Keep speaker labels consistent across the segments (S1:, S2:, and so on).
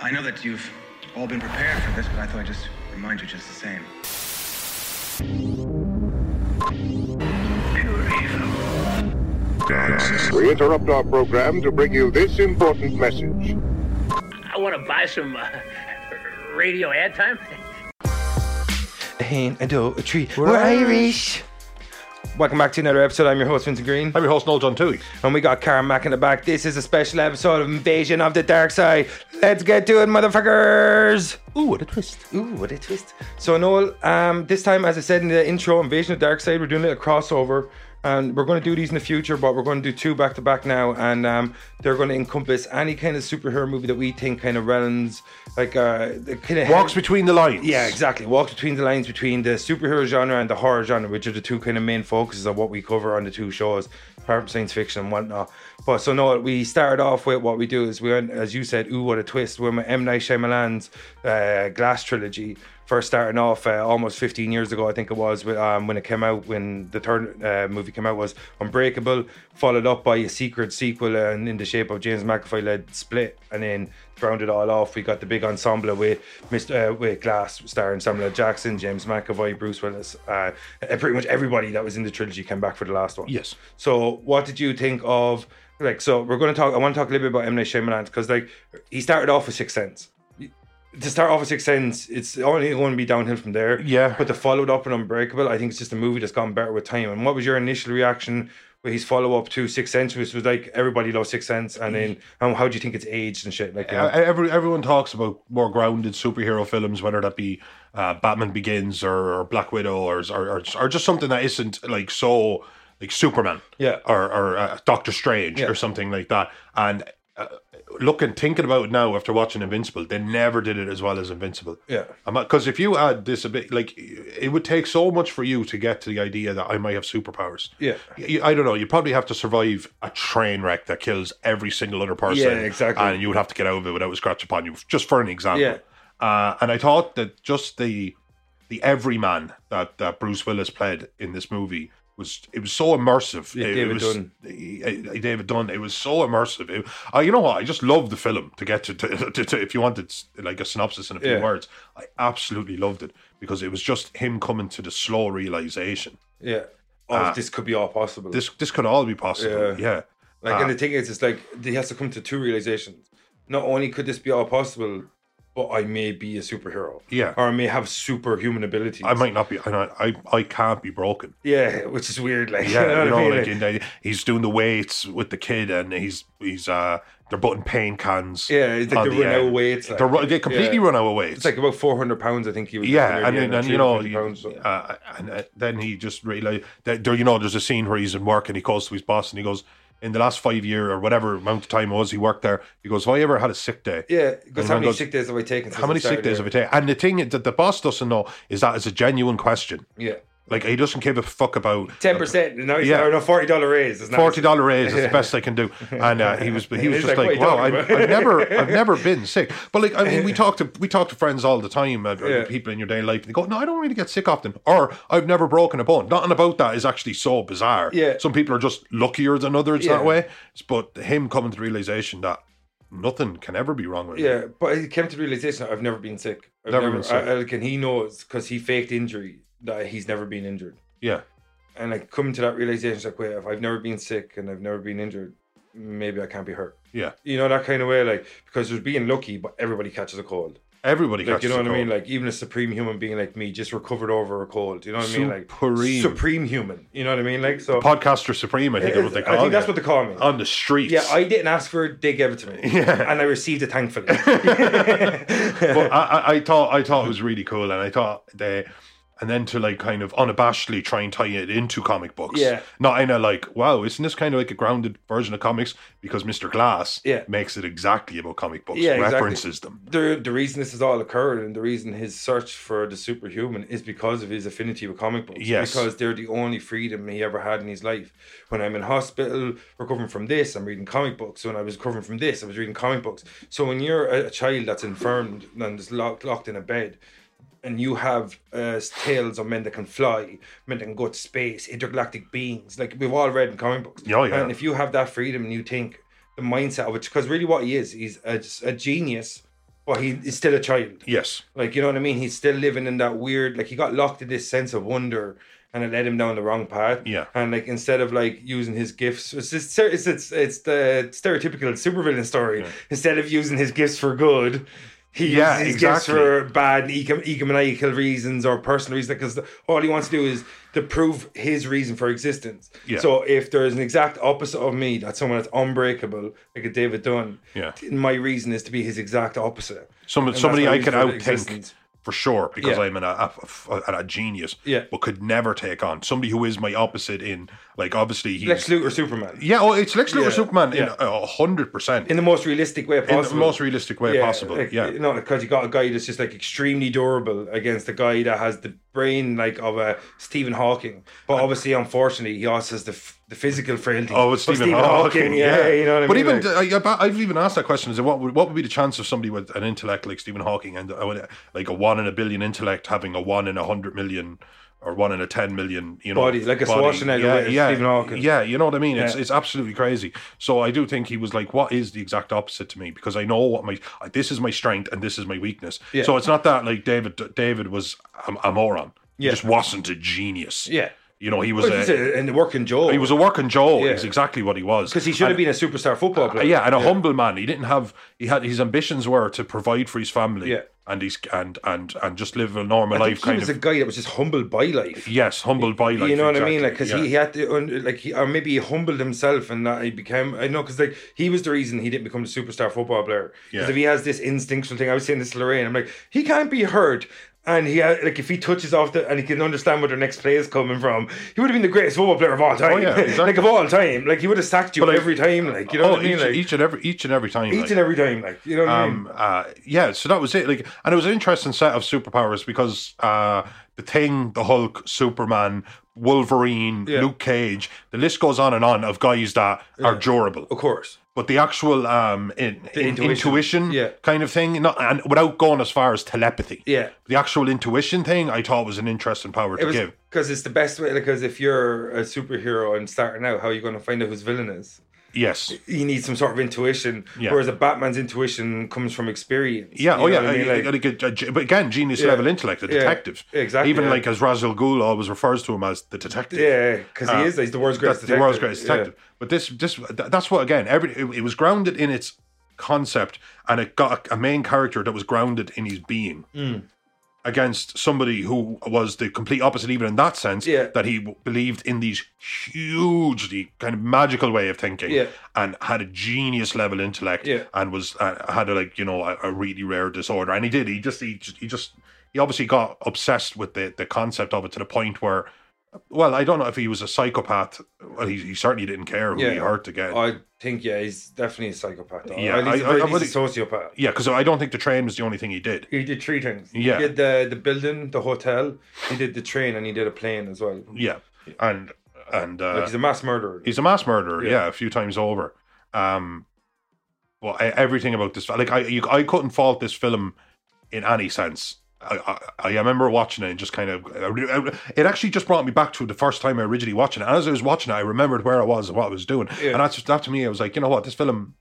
S1: I know that you've all been prepared for this, but I thought I'd just remind you just the same.
S2: We interrupt our program to bring you this important message.
S3: I want to buy some uh, radio ad time.
S4: Ain't a dough, a tree. We're, Irish. Welcome back to another episode. I'm your host, Vincent Green.
S5: I'm your host, Noel John Toohey.
S4: And we got Karen Mack in the back. This is a special episode of Invasion of the Dark Side. Let's get to it, motherfuckers!
S5: Ooh, what a twist.
S4: Ooh, what a twist. So, Noel, um, this time, as I said in the intro, Invasion of the Dark Side, we're doing a little crossover. And we're going to do these in the future, but we're going to do two back to back now. And um, they're going to encompass any kind of superhero movie that we think kind of runs, like, uh, kind of
S5: Walks between the lines.
S4: yeah, exactly. Walks between the lines between the superhero genre and the horror genre, which are the two kind of main focuses of what we cover on the two shows, apart from science fiction and whatnot. But so no, we started off with what we do is we, went, as you said, ooh, what a twist. We're with M Night Shyamalan's uh, Glass trilogy. First starting off uh, almost 15 years ago, I think it was with, um, when it came out. When the third uh, movie came out was Unbreakable, followed up by a secret sequel uh, and in the shape of James McAvoy led Split, and then to round it all off, we got the big ensemble with Mr. Uh, with Glass starring Samuel L. Jackson, James McAvoy, Bruce Willis. Uh, and pretty much everybody that was in the trilogy came back for the last one.
S5: Yes.
S4: So, what did you think of like? So, we're going to talk. I want to talk a little bit about M Night Shyamalan because like he started off with Six Sense. To start off with Six Sense, it's only going to be downhill from there.
S5: Yeah.
S4: But the followed up in Unbreakable, I think it's just a movie that's gotten better with time. And what was your initial reaction with his follow up to Six Sense, which was like everybody loves Six Sense, and then um, how do you think it's aged and shit? Like, you know?
S5: Uh, Every, everyone talks about more grounded superhero films, whether that be uh, Batman Begins or, or Black Widow or, or, or or just something that isn't like so like Superman,
S4: Yeah.
S5: or or uh, Doctor Strange
S4: Yeah.
S5: or something like that. And uh, looking thinking about it now after watching Invincible, they never did it as well as Invincible.
S4: Yeah.
S5: because if you add this a bit, like it would take so much for you to get to the idea that I might have superpowers.
S4: Yeah.
S5: You- I don't know. You probably have to survive a train wreck that kills every single other person.
S4: Yeah, exactly.
S5: And you would have to get out of it without a scratch upon you, just for an example.
S4: Yeah.
S5: Uh, and I thought that just the the everyman that, that Bruce Willis played in this movie was it was so immersive.
S4: Yeah,
S5: It- it
S4: David
S5: was-
S4: Dunn.
S5: he- he- David Dunn. It was so immersive. It- uh, you know what? I just love the film. To get to, to, to, to- if you wanted s- like a synopsis in a few
S4: Yeah.
S5: words, I absolutely loved it because it was just him coming to the slow realization.
S4: Yeah. Oh, this could be all possible.
S5: This this could all be possible.
S4: Yeah.
S5: Yeah.
S4: like,
S5: ah.
S4: and the thing is, it's like he has to come to two realizations. Not only could this be all possible, but I may be a superhero.
S5: Yeah.
S4: Or I may have superhuman abilities.
S5: I might not be. I not- I I can't be broken.
S4: Yeah, which is weird. Like, you know, what
S5: Yeah, you
S4: I
S5: know,
S4: mean?
S5: like in the, he's doing the weights with the kid, and he's he's uh they're putting pain cans.
S4: Yeah, it's like
S5: on
S4: they run out
S5: end.
S4: of weights, like-
S5: They're ru- they completely
S4: yeah.
S5: run out of weights.
S4: it's like about 400 pounds, I think he was.
S5: yeah,
S4: near
S5: and
S4: the
S5: then
S4: end,
S5: and, you know,
S4: 350 pounds, so-
S5: uh, and uh, then he just realized that there. You know, there's a scene where he's in work and he calls to his boss and he goes, "In the last five year or whatever amount of time it was he worked there, he goes, have I ever had a sick day?
S4: yeah, because how
S5: everyone
S4: many
S5: goes,
S4: sick days have I taken?
S5: How many sick days have I taken? And the thing that the boss doesn't know is that it's a genuine question.
S4: Yeah.
S5: Like he doesn't give a fuck about
S4: 10%. Now he's
S5: Yeah.
S4: yeah. no, $40 raise. It's not
S5: forty dollar raise is the best I can do. And uh, he was he was
S4: It's
S5: just
S4: like,
S5: like,
S4: what are you
S5: wow, I,
S4: talking about?"
S5: I've never I've never been sick. But like I mean, we talk to we talk to friends all the time, uh,
S4: Yeah.
S5: people in your daily life, and they go, no, I don't really get sick often, or I've never broken a bone. Nothing about that is actually so bizarre.
S4: Yeah.
S5: some people are just luckier than others
S4: Yeah.
S5: that way. But him coming to the realization that nothing can ever be wrong with me.
S4: Yeah, but he came to the realization I've never been sick. I've
S5: Never been sick.
S4: I, I, like, and he knows because he faked injury that he's never been injured.
S5: yeah,
S4: And like coming to that realization, it's like, wait, if I've never been sick and I've never been injured, maybe I can't be hurt.
S5: yeah.
S4: You know, that kind of way, like, because there's being lucky, but everybody catches a cold.
S5: Everybody,
S4: Like, you
S5: catches
S4: know
S5: a
S4: what I mean?
S5: cold.
S4: Like, even a supreme human being like me just recovered over a cold. You know what I mean? Like,
S5: Supreme.
S4: supreme human. You know what I mean? Like, so.
S5: podcaster supreme, I think is what they call
S4: I think that's
S5: it.
S4: what they call me.
S5: on the streets.
S4: Yeah, I didn't ask for it. They gave it to me.
S5: Yeah.
S4: And I received it thankfully.
S5: but I, I, I thought I thought it was really cool, and I thought they, and then to like kind of unabashedly try and tie it into comic books.
S4: Yeah.
S5: Not in a like, wow, isn't this kind of like a grounded version of comics? Because Mister Glass
S4: Yeah.
S5: makes it exactly about comic books,
S4: Yeah, exactly.
S5: references them.
S4: the, the reason this has all occurred and the reason his search for the superhuman is because of his affinity with comic books.
S5: Yes.
S4: Because they're the only freedom he ever had in his life. When I'm in hospital recovering from this, I'm reading comic books. When I was recovering from this, I was reading comic books. So when you're a, a child that's infirmed and is locked, locked in a bed, and you have uh, tales of men that can fly, men that can go to space, intergalactic beings. Like we've all read in comic books.
S5: Oh, yeah.
S4: And if you have that freedom and you think the mindset of it, because really what he is, he's a, a genius but he is still a child.
S5: Yes.
S4: Like, you know what I mean? He's still living in that weird, like, he got locked in this sense of wonder and it led him down the wrong path.
S5: Yeah.
S4: And, like, instead of, like, using his gifts, it's just, ser- it's, it's, it's the stereotypical supervillain story. Instead of using his gifts for good, he
S5: Yeah,
S4: uses his gifts
S5: exactly.
S4: for bad econ- economical reasons or personal reasons because all he wants to do is to prove his reason for existence.
S5: Yeah.
S4: So if there's an exact opposite of me, that's someone that's unbreakable, like a David Dunn,
S5: Yeah.
S4: my reason is to be his exact opposite.
S5: Some,
S4: And
S5: somebody
S4: that's
S5: I
S4: how
S5: could
S4: we feel
S5: outthink
S4: existence.
S5: for sure because
S4: Yeah.
S5: I'm an, a, a, a, a genius,
S4: Yeah.
S5: but could never take on somebody who is my opposite in like obviously he's
S4: Lex Luthor Superman.
S5: yeah oh it's Lex Luthor
S4: Yeah,
S5: Superman in
S4: yeah.
S5: a hundred percent
S4: in the most realistic way
S5: in
S4: possible.
S5: the most realistic way possible
S4: like,
S5: yeah
S4: You know, because you got a guy that's just like extremely durable against a guy that has the brain like of a Stephen Hawking, but obviously, unfortunately, he also has the f- the physical frailty.
S5: Oh,
S4: of
S5: it's Stephen, Hawking. yeah.
S4: you know what
S5: but
S4: I mean.
S5: even
S4: Like,
S5: I- I, but I've even asked that question: is that what would, what would be the chance of somebody with an intellect like Stephen Hawking and uh, like a one in a billion intellect having a one in a hundred million or one in a ten million, you know,
S4: Body, like a Schwarzenegger with
S5: yeah,
S4: Stephen Hawking.
S5: yeah, you know what I mean. It's
S4: Yeah.
S5: it's absolutely crazy. So I do think he was like, what is the exact opposite to me? Because I know what my this is my strength and this is my weakness.
S4: Yeah.
S5: So it's not that like David David was a, a moron. He
S4: Yeah.
S5: just wasn't a genius.
S4: yeah,
S5: You know, he was
S4: but it's
S5: a,
S4: a, and the working Joe.
S5: he was a working Joe.
S4: Yeah.
S5: Is exactly what he was.
S4: because he should have been a superstar football player.
S5: Uh, Yeah, and a humble man. He didn't have. He had his ambitions were to provide for his family.
S4: Yeah.
S5: and he's and and and just live a normal
S4: I think
S5: life.
S4: he
S5: Kind
S4: was
S5: of
S4: a guy that was just humble by life.
S5: yes, humble by life.
S4: you know what I mean? Like,
S5: exactly,
S4: because
S5: yeah.
S4: he, he had to, un- like, he, or maybe he humbled himself and that he became, I know, because, like, he was the reason he didn't become a superstar football player. Because
S5: Yeah.
S4: if he has this instinctual thing, I was saying this to Lorraine, I'm like, he can't be hurt. And he had, like, if he touches off the, and he can understand where the next play is coming from, he would have been the greatest football player of all time.
S5: Oh, yeah, exactly.
S4: like, of all time. Like, he would have sacked you
S5: But I-
S4: every time. Like, you know
S5: Oh,
S4: what I mean?
S5: each,
S4: Like, each,
S5: each and every each and every time. like.
S4: and every time. Like, you know what I mean?
S5: um, uh, yeah, so that was it. Like, and it was an interesting set of superpowers because uh, the Thing, the Hulk, Superman, Wolverine,
S4: Yeah.
S5: Luke Cage, the list goes on and on of guys that are durable.
S4: Of course.
S5: but the actual um in, in-
S4: intuition.
S5: intuition,
S4: Yeah.
S5: kind of thing not and without going as far as telepathy
S4: Yeah.
S5: the actual intuition thing i thought was an interesting power
S4: It
S5: to
S4: was
S5: give
S4: because it's the best way. Because if you're a superhero and starting out, how are you going to find out who's villain is?
S5: yes
S4: you need some sort of intuition.
S5: Yeah.
S4: Whereas a Batman's intuition comes from experience.
S5: yeah,
S4: You
S5: oh
S4: know
S5: yeah,
S4: what I mean?
S5: I-
S4: Like,
S5: like a- a ge- but again, genius
S4: Yeah.
S5: level intellect, a
S4: Yeah.
S5: detective.
S4: Exactly,
S5: Even
S4: yeah.
S5: like as Ra's al Ghul always refers to him as the detective.
S4: yeah, because
S5: Uh,
S4: he is. He's the world's
S5: that's
S4: greatest.
S5: the world's greatest
S4: detective.
S5: detective. But this, this, th- that's what again. Every it, it was grounded in its concept, and it got a, a main character that was grounded in his being.
S4: Mm.
S5: Against somebody who was the complete opposite, even in that sense,
S4: Yeah.
S5: that he w- believed in these hugely kind of magical way of thinking,
S4: Yeah.
S5: and had a genius level intellect,
S4: Yeah.
S5: and was uh, had a like you know a, a really rare disorder, and he did. He just he just he just he obviously got obsessed with the the concept of it to the point where well, I don't know if he was a psychopath. Well, he, he certainly didn't care who
S4: Yeah.
S5: he hurt again.
S4: Yeah. I think yeah, he's definitely a psychopath. Though.
S5: Yeah,
S4: Yeah, he's,
S5: I- I-
S4: a,
S5: I
S4: he's a sociopath.
S5: yeah, because I don't think the train was the only thing he did.
S4: He did three things.
S5: Yeah.
S4: he did the the building, the hotel. He did the train, and he did a plane as well.
S5: Yeah, and and uh,
S4: Like he's a mass murderer.
S5: he's a mass murderer.
S4: Yeah.
S5: Yeah, a few times over. Um, well, I, everything about this, like I, you, I couldn't fault this film in any sense. I, I, I remember watching it and just kind of I re- I- it actually just brought me back to the first time I originally watching it. And as I was watching it, I remembered where I was and what I was doing,
S4: Yeah.
S5: and that's that to me. I was like, you know what, this film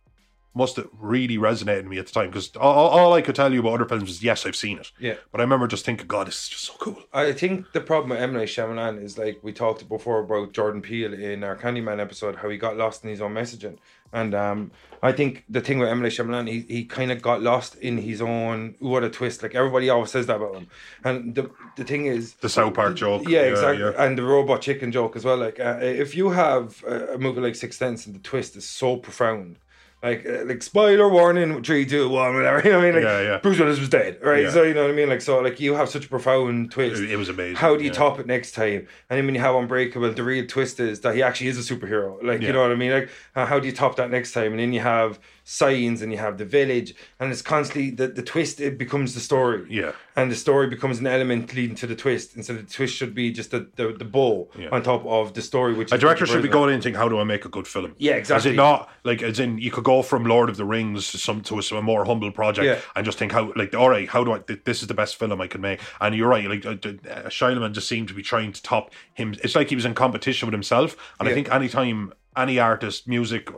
S5: must have really resonated with me at the time because all, all- all I could tell you about other films was yes, I've seen it,
S4: yeah.
S5: but I remember just thinking, God, this is just so cool.
S4: I think the problem with M Night Shyamalan is like we talked before about Jordan Peele in our Candyman episode, how he got lost in his own messaging, and um, I think the thing with M Night Shyamalan, he, he kind of got lost in his own what a twist. Like everybody always says that about him, and the the thing is,
S5: The South Park joke,
S4: yeah, exactly,
S5: yeah.
S4: and the robot chicken joke as well. Like uh, if you have a, a movie like Sixth Sense and the twist is so profound. Like, uh, like spoiler warning, three, two, one, whatever. You know what I mean? Like,
S5: Yeah, yeah.
S4: Bruce Willis was dead, right?
S5: Yeah.
S4: So you know what I mean. Like, so like you have such a profound twist.
S5: It, it was amazing.
S4: How do you
S5: yeah.
S4: top it next time? And I mean, how Unbreakable, the real twist is that he actually is a superhero. Like, you
S5: Yeah.
S4: know what I mean? Like, uh, how do you top that next time? And then you have Signs and you have The Village, and it's constantly the, the twist, it becomes the story.
S5: Yeah.
S4: And the story becomes an element leading to the twist. Instead, the twist should be just the, the, the bow
S5: Yeah.
S4: on top of the story, which
S5: A
S4: is the
S5: director should be
S4: original.
S5: going in and think, how do I make a good film?
S4: Yeah,
S5: As
S4: exactly.
S5: in not like as in you could go from Lord of the Rings to some to a, some more humble project
S4: Yeah.
S5: and just think how like all right, how do I th- this is the best film I could make? And you're right, like uh, d- uh, Shyamalan just seemed to be trying to top him. It's like he was in competition with himself. And
S4: Yeah.
S5: I think anytime any artist, music, uh,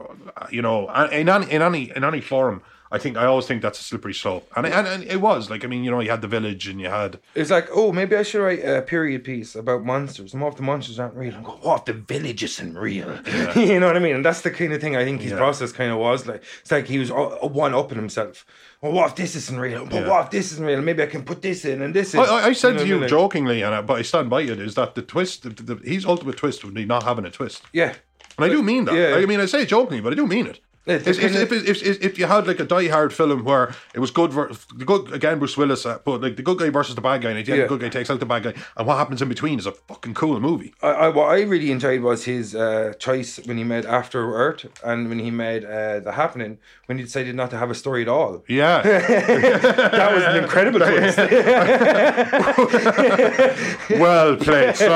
S5: you know, a- in any in any in any form. I think I always think that's a slippery slope, and and, and it was like I mean you know you had the village and you had
S4: It's like, oh, maybe I should write a period piece about monsters. And what if the monsters aren't real? And go, what if the village isn't real? you know what I mean? And that's the kind of thing I think his
S5: Yeah.
S4: process kind of was like. It's like he was uh, one up in himself. Well, what if this isn't real? But
S5: Yeah.
S4: what if this isn't real? Maybe I can put this in and this is.
S5: I, I, I said
S4: know
S5: to you
S4: what I mean? Like,
S5: jokingly, and I, but I stand by it, is that the twist, the, the, his ultimate twist would be not having a twist.
S4: yeah.
S5: And I do mean that.
S4: Yeah.
S5: I mean, I say it jokingly, but I do mean it.
S4: Yeah,
S5: If, if, if, if, if, if you had like a Die Hard film where it was good, ver- the good again Bruce Willis, uh, but like the good guy versus the bad guy, and at the end
S4: Yeah.
S5: the good guy takes out the bad guy, and what happens in between is a fucking cool movie.
S4: I, I, what I really enjoyed was his uh, choice when he made After Earth and when he made uh, The Happening, when he decided not to have a story at all.
S5: Yeah.
S4: That was an incredible twist.
S5: well played, sir.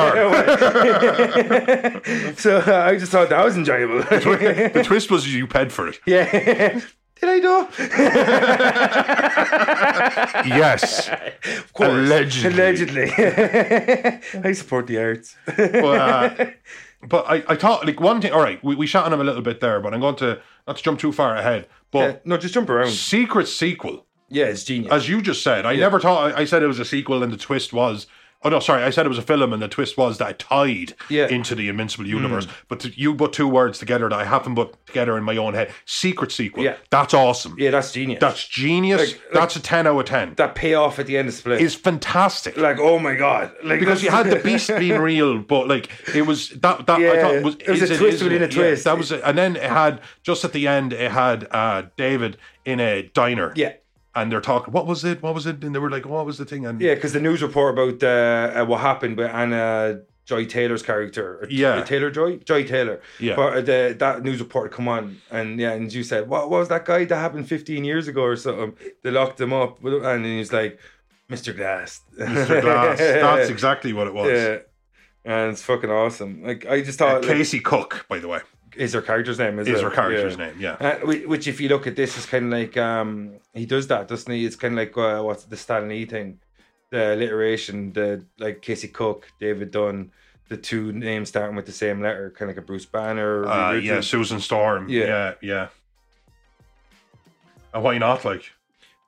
S4: so uh, I just thought that was enjoyable.
S5: the twist was you paid for it.
S4: yeah. Did I know?
S5: Yes.
S4: Of course.
S5: Allegedly.
S4: Allegedly. I support the arts.
S5: but, uh, but I, I thought like one thing. All right, we, we shot on him a little bit there, but I'm going to not to jump too far ahead.
S4: Yeah,
S5: But
S4: no, just jump around.
S5: secret sequel,
S4: Yeah, it's genius.
S5: as you just said, I never thought. I, I said it was a sequel, and the twist was. Oh no, sorry. I said it was a film, and the twist was that it tied
S4: Yeah. Mm.
S5: into the Invincible universe. But to, you put two words together that I haven't put together in my own head. Secret sequel.
S4: Yeah.
S5: That's awesome.
S4: yeah, that's genius.
S5: That's genius.
S4: Like- like-
S5: that's a ten out of ten.
S4: that payoff at the end of Split
S5: It's fantastic.
S4: like, oh my god. Like
S5: because you
S4: that's-
S5: had the beast being real, but like it was that that I
S4: Yeah,
S5: thought was,
S4: it was
S5: is
S4: a twist
S5: is
S4: within a
S5: Yeah,
S4: twist.
S5: that was, it. and then it had just at the end it had uh, David in a diner.
S4: Yeah.
S5: and they're talking. What was it? What was it? And they were like, "What was the thing?" And
S4: Yeah, because the news report about uh, uh, what happened with Anna Joy Taylor's character, or
S5: Yeah.
S4: Taylor Joy, Joy Taylor.
S5: Yeah.
S4: but uh, the, that news report come on, and yeah, and you said, what, what was that guy that happened 15 years ago or something? They locked him up, and he's like, Mr. Glass,
S5: Mr. Glass. That's exactly what it was. Uh,
S4: yeah. And it's fucking awesome. Like I just thought, like,
S5: Casey Cook, by the way,
S4: is her character's name? Is,
S5: is
S4: it?
S5: her character's
S4: Yeah.
S5: name. Yeah,
S4: Uh, whi- which, if you look at this, is kind of like um, he does that, doesn't he? It's kind of like uh, what's the Stan Lee thing, the alliteration, the like Casey Cook, David Dunn, the two names starting with the same letter, kind of like a Bruce Banner. Reed
S5: uh, yeah,
S4: Richards.
S5: Susan Storm.
S4: Yeah.
S5: Yeah, yeah. And why not? Like,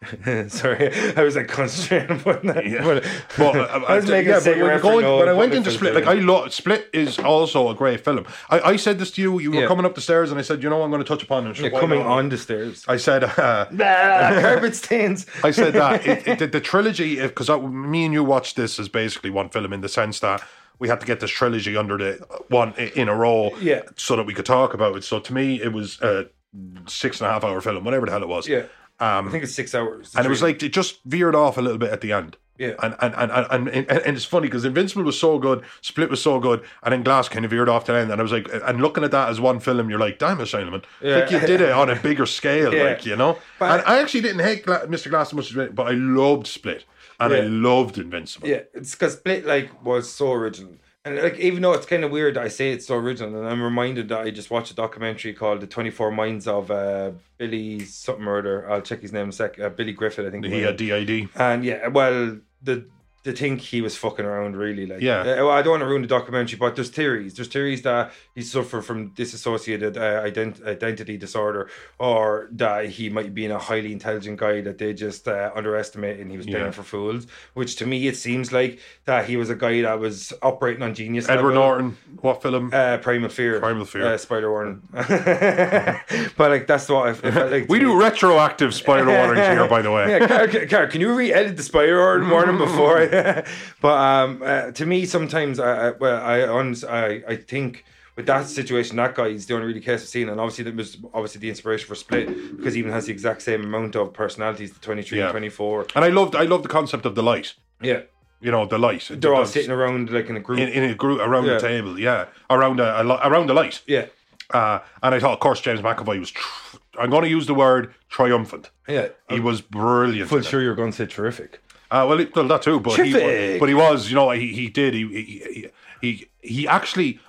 S4: Sorry, I was like concentrating on putting that.
S5: Yeah.
S4: but-
S5: But uh,
S4: I was
S5: uh,
S4: making
S5: yeah,
S4: a
S5: but when,
S4: cigarette
S5: you're
S4: for
S5: going,
S4: Noel
S5: when I
S4: and
S5: went
S4: putting
S5: into
S4: it for
S5: Split, like
S4: Dylan.
S5: I lo- Split is also a great film. I, I said this to you. You
S4: Yeah.
S5: were coming up the stairs, and I said, you know, I'm going to touch upon it.
S4: You're coming on the stairs.
S5: I said, uh,
S4: Ah, carpet stains.
S5: I said that it, it, the, the trilogy, because me and you watched this as basically one film in the sense that we had to get this trilogy under the one i- in a row,
S4: Yeah.
S5: so that we could talk about it. So to me, it was a six and a half hour film, whatever the hell it was.
S4: Yeah, I
S5: Um,
S4: think it's six hours.
S5: and it was like it just veered off a little bit at the end.
S4: Yeah.
S5: And and and and, and, and it's funny because Invincible was so good, Split was so good, and then Glass kind of veered off to the end. And I was like, and looking at that as one film, you're like, damn it, Shaileman. I think
S4: Yeah.
S5: you did it on a bigger scale,
S4: Yeah.
S5: like you know.
S4: But-
S5: and I actually didn't hate Gla- Mr. Glass as much as but I loved Split and I
S4: Yeah.
S5: loved Invincible.
S4: Yeah, it's because Split like was so original, and like even though it's kind of weird, that I say it's so original, and I'm reminded that I just watched a documentary called "The 24 Minds of uh, Billy Something Murder." I'll check his name in a sec. Uh, Billy Griffith, I think.
S5: He had DID.
S4: and yeah, well, the the think he was fucking around really like
S5: Yeah.
S4: Uh, well, I don't want to ruin the documentary, but there's theories. There's theories that he suffered from dissociated uh, ident- identity disorder, or that he might be a highly intelligent guy that they just uh, underestimated and he was
S5: Yeah.
S4: playing for fools. Which to me it seems like that he was a guy that was operating on genius.
S5: Edward
S4: level.
S5: Norton, what film?
S4: Uh, Primal Fear.
S5: Primal Fear.
S4: Uh, Spider Warren. but like that's what I, I felt like.
S5: we
S4: to me.
S5: do retroactive spider warnings here, by the way.
S4: Yeah, Car, Car- Car, can you re-edit the spider order morning before? I- but um, uh, to me, sometimes I, I well, I, honest- I I think with that situation, that guy is the only really case I've seen, and obviously that was obviously the inspiration for Split because he even has the exact same amount of personalities, the twenty three
S5: Yeah.
S4: and twenty four.
S5: And I loved I loved the concept of the light.
S4: Yeah,
S5: You know, the light.
S4: they're all
S5: That's-
S4: sitting around like in a group.
S5: in, in a group around
S4: Yeah.
S5: the table, yeah, around a, a li- around the light.
S4: yeah,
S5: Uh, and I thought, of course, James McAvoy was. Tr- I'm going to use the word triumphant.
S4: yeah.
S5: He was brilliant. in it.
S4: you're going to say terrific.
S5: Uh, well, he, well, that too, but he, wa-
S4: Terrific.
S5: but he was, you know, he, he did. He, he he he actually.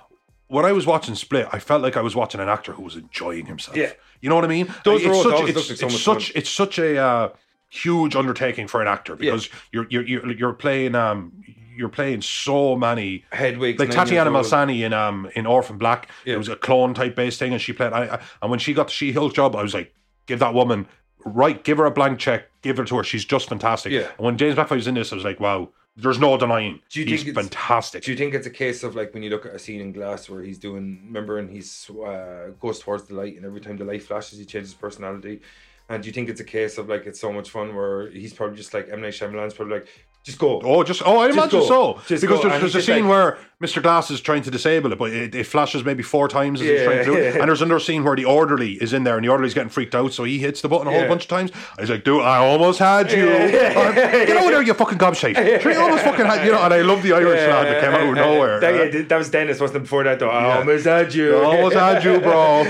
S5: When I was watching Split, I felt like I was watching an actor who was enjoying himself.
S4: Yeah.
S5: you know what I mean.
S4: Those
S5: Like,
S4: roles
S5: it's such
S4: always
S5: it's,
S4: looked like so
S5: it's
S4: much
S5: such it's such a uh, huge undertaking for an actor because you're, you're you're you're playing um you're playing so many
S4: Hedwig's
S5: like
S4: nine years
S5: Tatiana
S4: old.
S5: Malsani in um in Orphan Black.
S4: Yeah.
S5: It was a clone type based thing, and she played. I, I, and when she got the She Hulk job, I was like, give that woman right, give her a blank check, give her to her. She's just fantastic.
S4: Yeah.
S5: And when James McAvoy was in this, I was like, wow, there's no denying.
S4: Do you
S5: he's
S4: think it's-
S5: fantastic.
S4: Do you think it's a case of like when you look at a scene in Glass where he's doing, remember, and he's uh, goes towards the light, and every time the light flashes, he changes his personality? And do you think it's a case of like it's so much fun where he's probably just like M Night Shyamalan's probably like, just go.
S5: Oh, just oh, I
S4: Just
S5: imagine
S4: go.
S5: so.
S4: Just
S5: because
S4: go.
S5: there's,
S4: And
S5: there's a
S4: it's just
S5: scene
S4: like-
S5: where Mr. Glass is trying to disable it, but it, it flashes maybe four times as he's
S4: Yeah,
S5: trying to do it.
S4: yeah.
S5: And there's another scene where the orderly is in there, and the orderly's getting freaked out, so he hits the button a whole
S4: Yeah.
S5: bunch of times. He's like, "Dude, I almost had you. Uh, get over there, you fucking gobshite. Sure, you almost fucking had you know." And I love the Irish lad that
S4: Eh,
S5: came out of nowhere.
S4: That,
S5: Uh,
S4: yeah, that was Dennis, wasn't it? Before that, though. I
S5: Yeah.
S4: almost had you.
S5: I almost had you, bro.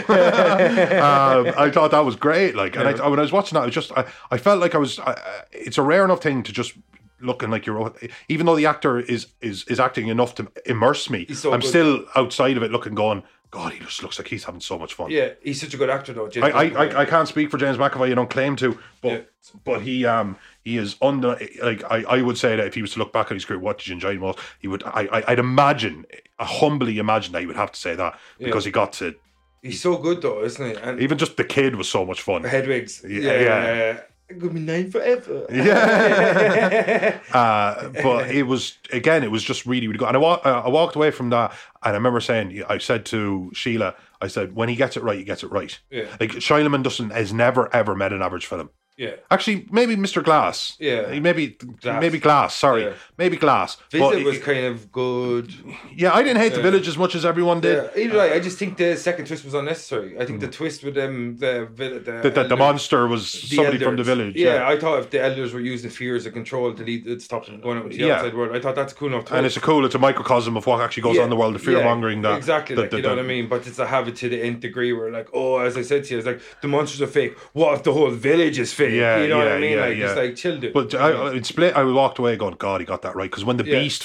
S5: um, I thought that was great. Like, and I, when I was watching that, I was just, I, I felt like I was. I- I, it's a rare enough thing to just looking like you're, even though the actor is is is acting enough to immerse me.
S4: He's so
S5: I'm
S4: good.
S5: still outside of it, looking, going, God, he just looks like he's having so much fun.
S4: Yeah, he's such a good actor, though. James
S5: I, I,
S4: McAvoy.
S5: I, I can't speak for James McAvoy. You don't claim to, but but he um he is under like I, I would say that if he was to look back at his career, what did you enjoy most? He would I, I I'd imagine I humbly imagine that he would have to say that because he got to
S4: He's so good, though, isn't he? And
S5: even just the kid was so much fun.
S4: Hedwig's.
S5: Yeah,
S4: Yeah.
S5: yeah.
S4: I'm gonna be nine forever.
S5: Yeah. uh, but it was again, it was just really, really good. And I, wa- uh, I walked away from that, and I remember saying, I said to Sheila, I said, when he gets it right, he gets it right.
S4: Yeah.
S5: Like Shyamalan doesn't has never ever met an average film.
S4: yeah.
S5: Actually, maybe Mr. Glass.
S4: Yeah.
S5: Maybe
S4: Glass.
S5: maybe Glass. Sorry,
S4: Yeah.
S5: maybe Glass. But
S4: Visit was
S5: it-
S4: kind of good.
S5: yeah, I didn't hate the village as much as everyone did.
S4: Yeah, either way, I just think the second twist was unnecessary. I think the twist with them, the the
S5: Mm. The, the, the
S4: elder-
S5: monster was somebody from the
S4: elders.
S5: village.
S4: Yeah, I thought if the elders were using fear as a control to lead, it stopped them going out into the
S5: Yeah.
S4: outside world. I thought that's a cool enough. Twist.
S5: and it's a cool, it's a microcosm of what actually goes
S4: Yeah,
S5: on in the world, the fear
S4: yeah,
S5: mongering that
S4: exactly,
S5: that-
S4: like,
S5: that-
S4: you know
S5: that-
S4: what I mean. But it's a have it to the nth degree where, like, oh, as I said to you, it's like the monsters are fake. What if the whole village is fake?
S5: Yeah,
S4: you know what
S5: yeah,
S4: I mean.
S5: yeah,
S4: like,
S5: yeah.
S4: it's like chill, dude.
S5: But I, I- in split, I walked away going, God, he got that right. Because when the
S4: Yeah.
S5: beast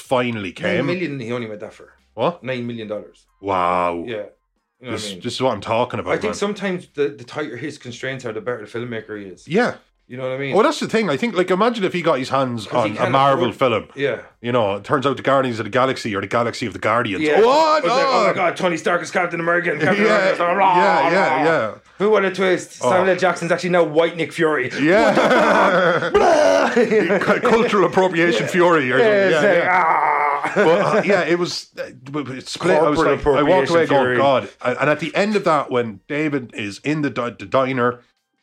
S4: nine
S5: finally came,
S4: million, he only went that for
S5: what?
S4: nine million dollars.
S5: Wow.
S4: Yeah, you know
S5: this,
S4: what I mean.
S5: this is what I'm talking about.
S4: I think
S5: man.
S4: sometimes the, the tighter his constraints are, the better the filmmaker he is.
S5: Yeah.
S4: You know what I mean?
S5: Well, that's the thing. I think, like, imagine if he got his hands
S4: 'Cause he
S5: on a
S4: can't
S5: Marvel
S4: afford-
S5: film.
S4: yeah.
S5: You know, it turns out the Guardians of the Galaxy or the Galaxy of the Guardians.
S4: Yeah.
S5: What?
S4: I was like, oh my
S5: Oh.
S4: god, Tony Stark is Captain America and
S5: Yeah,
S4: Captain America
S5: yeah,
S4: is blah, blah,
S5: yeah,
S4: blah.
S5: yeah,
S4: Who want a twist? Samuel L. Jackson's actually now White Nick Fury.
S5: yeah. Cu- Cultural appropriation fury. Or something.
S4: It's
S5: Yeah,
S4: like,
S5: yeah.
S4: ah.
S5: but uh, yeah, it was uh, but- but it's split. I was
S4: Corporate
S5: like, I walked away
S4: appropriation
S5: going,
S4: theory.
S5: God. And and at the end of that, when David is in the di- the diner.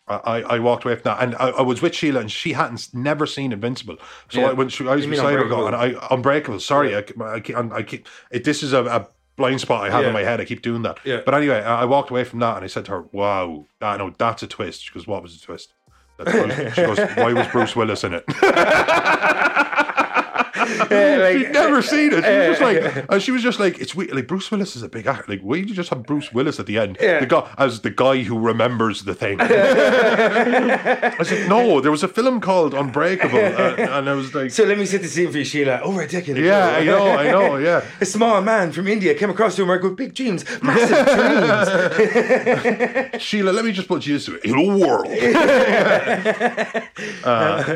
S5: I, I I walked away from that, and I, I was with Sheila, and she hadn't s- never seen Invincible. So
S4: Yeah.
S5: I, when she, I was
S4: You mean
S5: beside her, going,
S4: Unbreakable?
S5: and I, "Unbreakable." Sorry, I keep- I, keep- I keep. It, this is a, a blind spot I have
S4: Yeah.
S5: in my head. I keep doing that.
S4: Yeah.
S5: But anyway, I, I walked away from that, and I said to her, "Wow, that, no, that's a twist." She goes, "What was the twist?" That Bruce- she goes, "Why was Bruce Willis in it?"
S4: Yeah, like,
S5: She'd never seen it. She was just like, and she was just like, it's weird. Like Bruce Willis is a big actor. Like, why did you just have Bruce Willis at the end?
S4: Yeah.
S5: The guy as the guy who remembers the thing. I said, no, there was a film called Unbreakable, uh, and I was like,
S4: So let me set the scene for you, Sheila. Oh, a decade ago.
S5: yeah, I know, I know, yeah.
S4: A small man from India came across to America with big dreams, massive dreams.
S5: Sheila, let me just put you to it. Hello,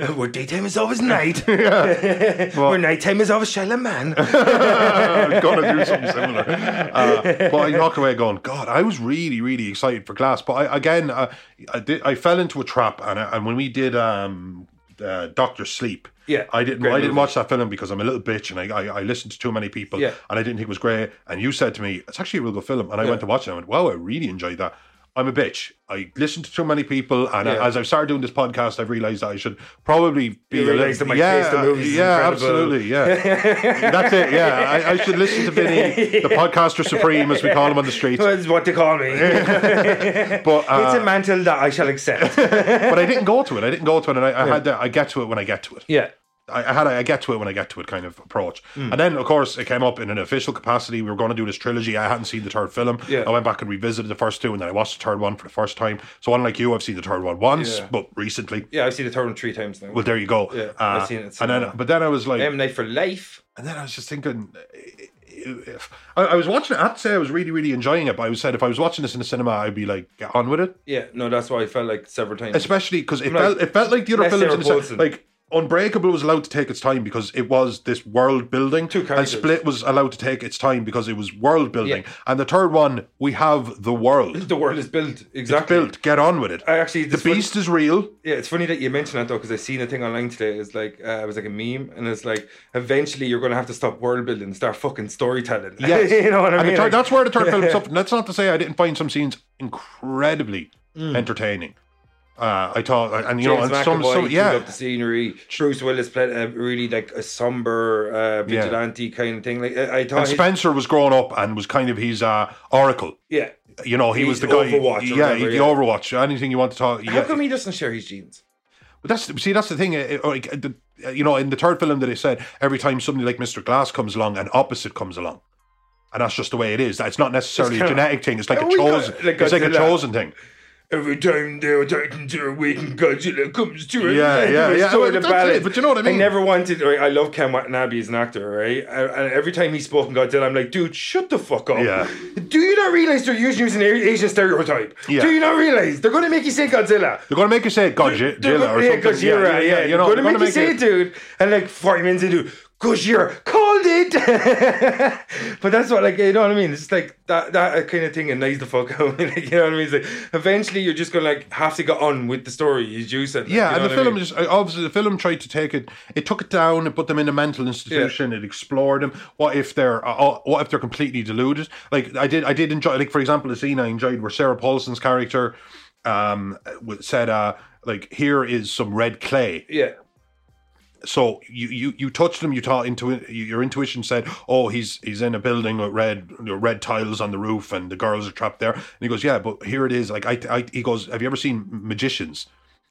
S5: world.
S4: Where daytime is always night. Where nighttime is always Sheila Man.
S5: I'm gonna do something similar. Uh, but I walked away going, God, I was really, really excited for Glass. But I, again, uh, I did, I fell into a trap, and I, and when we did um, uh, Doctor Sleep,
S4: Yeah,
S5: I didn't,
S4: great
S5: I didn't
S4: movie.
S5: watch that film because I'm a little bitch, and I, I, I listened to too many people,
S4: Yeah.
S5: and I didn't think it was great. And you said to me, it's actually a real good film, and I went to watch it, and I went, wow, I really enjoyed that. I'm a bitch. I listened to too many people, and
S4: Yeah.
S5: as I've started doing this podcast, I've realized that I should probably be
S4: You
S5: a
S4: realised that my
S5: little- yeah,
S4: taste in movies is
S5: yeah,
S4: incredible.
S5: absolutely, yeah. That's it. Yeah, I, I should listen to Vinny, the podcaster supreme, as we call him on the streets.
S4: That's what they call me.
S5: But
S4: it's a
S5: uh,
S4: mantle that I shall accept.
S5: but I didn't go to it. I didn't go to it, and I, I had that. I get to it when I get to it.
S4: yeah.
S5: I, I had a I get to it when I get to it kind of approach.
S4: Mm.
S5: And then, of course, it came up in an official capacity. We were going to do this trilogy. I hadn't seen the third film.
S4: Yeah.
S5: I went back and revisited the first two, and then I watched the third one for the first time. So, unlike you, I've seen the third one once,
S4: Yeah.
S5: but recently.
S4: Yeah, I've seen the one three times now.
S5: Well, there you go.
S4: Yeah,
S5: uh,
S4: I've seen it
S5: And then,
S4: somewhere.
S5: but then I was like,
S4: M Night for life.
S5: And then I was just thinking, if I, I was watching it, I have to say I was really, really enjoying it. But I was said if I was watching this in the cinema, I'd be like, get on with it.
S4: Yeah, no, that's why I felt like several times.
S5: Especially because it
S4: Like,
S5: felt it felt like the other
S4: less
S5: films
S4: Sarah
S5: in the cin-
S4: Paulson.
S5: like Unbreakable was allowed to take its time because it was this world building.
S4: Two
S5: and
S4: characters.
S5: Split was allowed to take its time because it was world building.
S4: Yeah.
S5: And the third one, we have the world.
S4: The world is built
S5: It's
S4: exactly.
S5: built. Get on with it.
S4: I actually
S5: the
S4: this one-
S5: beast is real.
S4: Yeah, it's funny that you mentioned that though, because I seen a thing online today. It's like uh, it was like a meme, and it's like eventually you're gonna have to stop world building and start fucking storytelling.
S5: Yes.
S4: you know what I
S5: And the
S4: mean.
S5: third-
S4: Like,
S5: that's where the third film stuff. That's not to say I didn't find some scenes incredibly entertaining. Uh, I thought, and you know,
S4: Mm. James
S5: and some,
S4: McAvoy
S5: some,
S4: chewed up
S5: yeah,
S4: the scenery. Bruce Willis played a really like a somber uh,
S5: Yeah.
S4: vigilante kind of thing. Like I, I
S5: and
S4: thought, his-
S5: Spencer was grown up and was kind of his uh, oracle.
S4: yeah.
S5: You know, he
S4: He's
S5: was the guy.
S4: Overwatch or
S5: yeah,
S4: whatever,
S5: he- the
S4: yeah.
S5: Overwatch. Anything you want to talk.
S4: How
S5: Yeah,
S4: come he doesn't share his genes?
S5: But that's see, that's the thing. uh, uh, like, uh, the- uh, You know, in the third film that they said every time somebody like Mr. Glass comes along, an opposite comes along, and that's just the way it is. That's not necessarily a
S4: kinda-
S5: genetic thing. It's like
S4: Oh,
S5: a
S4: we got-
S5: chosen.
S4: like
S5: it's like a
S4: Godzilla.
S5: chosen thing.
S4: Every time they're attacking their weakened Godzilla comes to it.
S5: Yeah, yeah, yeah. Well, that's it, but you know what I mean.
S4: never wanted. Right, I love Ken Watanabe as an actor, right? I- And every time he spoke in Godzilla, I'm like, dude, shut the fuck up.
S5: Yeah.
S4: Do you not realize they're using using an Asian stereotype?
S5: Yeah.
S4: Do you not realize they're going to make you say Godzilla?
S5: They're gonna make you say Godzilla
S4: They're gonna-
S5: or
S4: yeah,
S5: something.
S4: Gojira, yeah,
S5: You know,
S4: they're
S5: they're
S4: gonna make you say
S5: it-
S4: it, dude. And like five minutes into it, Gojira called it. but that's what, like, you know what I mean? It's like that that kind of thing annoys the fuck out. of me, like, you know what I mean? It's like eventually you're just gonna like have to get on with the story you juice it. like,
S5: Yeah,
S4: you know
S5: and the
S4: what I
S5: film
S4: mean?
S5: is uh, obviously the film tried to take it. It took it down. It put them in a mental institution. It explored them. What if they're uh, uh, what if they're completely deluded? Like I did, I did enjoy. Like for example, a scene I enjoyed where Sarah Paulson's character um w- said, uh, "Like here is some red clay."
S4: yeah.
S5: So you you you touched him. You taught into your intuition said, "Oh, he's he's in a building with red you know, red tiles on the roof, and the girls are trapped there." And he goes, "Yeah, but here it is." Like I, I he goes, "Have you ever seen magicians?"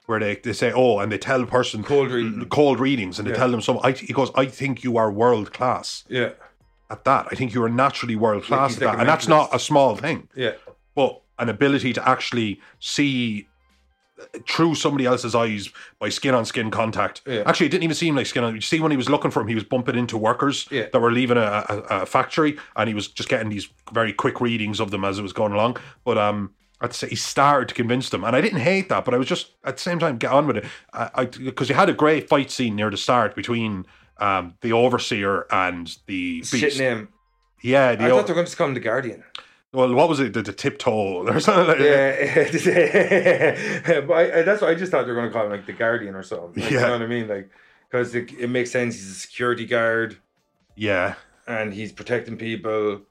S5: Where they, they say oh and they tell a person
S4: Cold reading.
S5: cold readings and they tell them some I, he goes I think you are world class
S4: Yeah.
S5: at that I think you are naturally world class
S4: he's
S5: at
S4: like
S5: that
S4: a
S5: and that's
S4: mentalist.
S5: not a small thing
S4: Yeah.
S5: but an ability to actually see uh, through somebody else's eyes by skin on skin contact.
S4: Yeah.
S5: Actually, it didn't even seem like skin on. You see, when he was looking for him, he was bumping into workers
S4: Yeah.
S5: that were leaving a, a, a factory, and he was just getting these very quick readings of them as it was going along. But um. I'd say he started to convince them, and I didn't hate that, but I was just at the same time get on with it. I because you had a great fight scene near the start between um, the overseer and the beast.
S4: Shit name.
S5: Yeah, the
S4: I
S5: o-
S4: thought they were gonna just call him the Guardian.
S5: well, what was it? The, the tiptoe or something like that.
S4: Yeah, but I, I, that's what I just thought they were going to call him like the Guardian or something. Like,
S5: Yeah.
S4: You know what I mean? Like, because it, it makes sense. He's a security guard
S5: Yeah.
S4: and he's protecting people.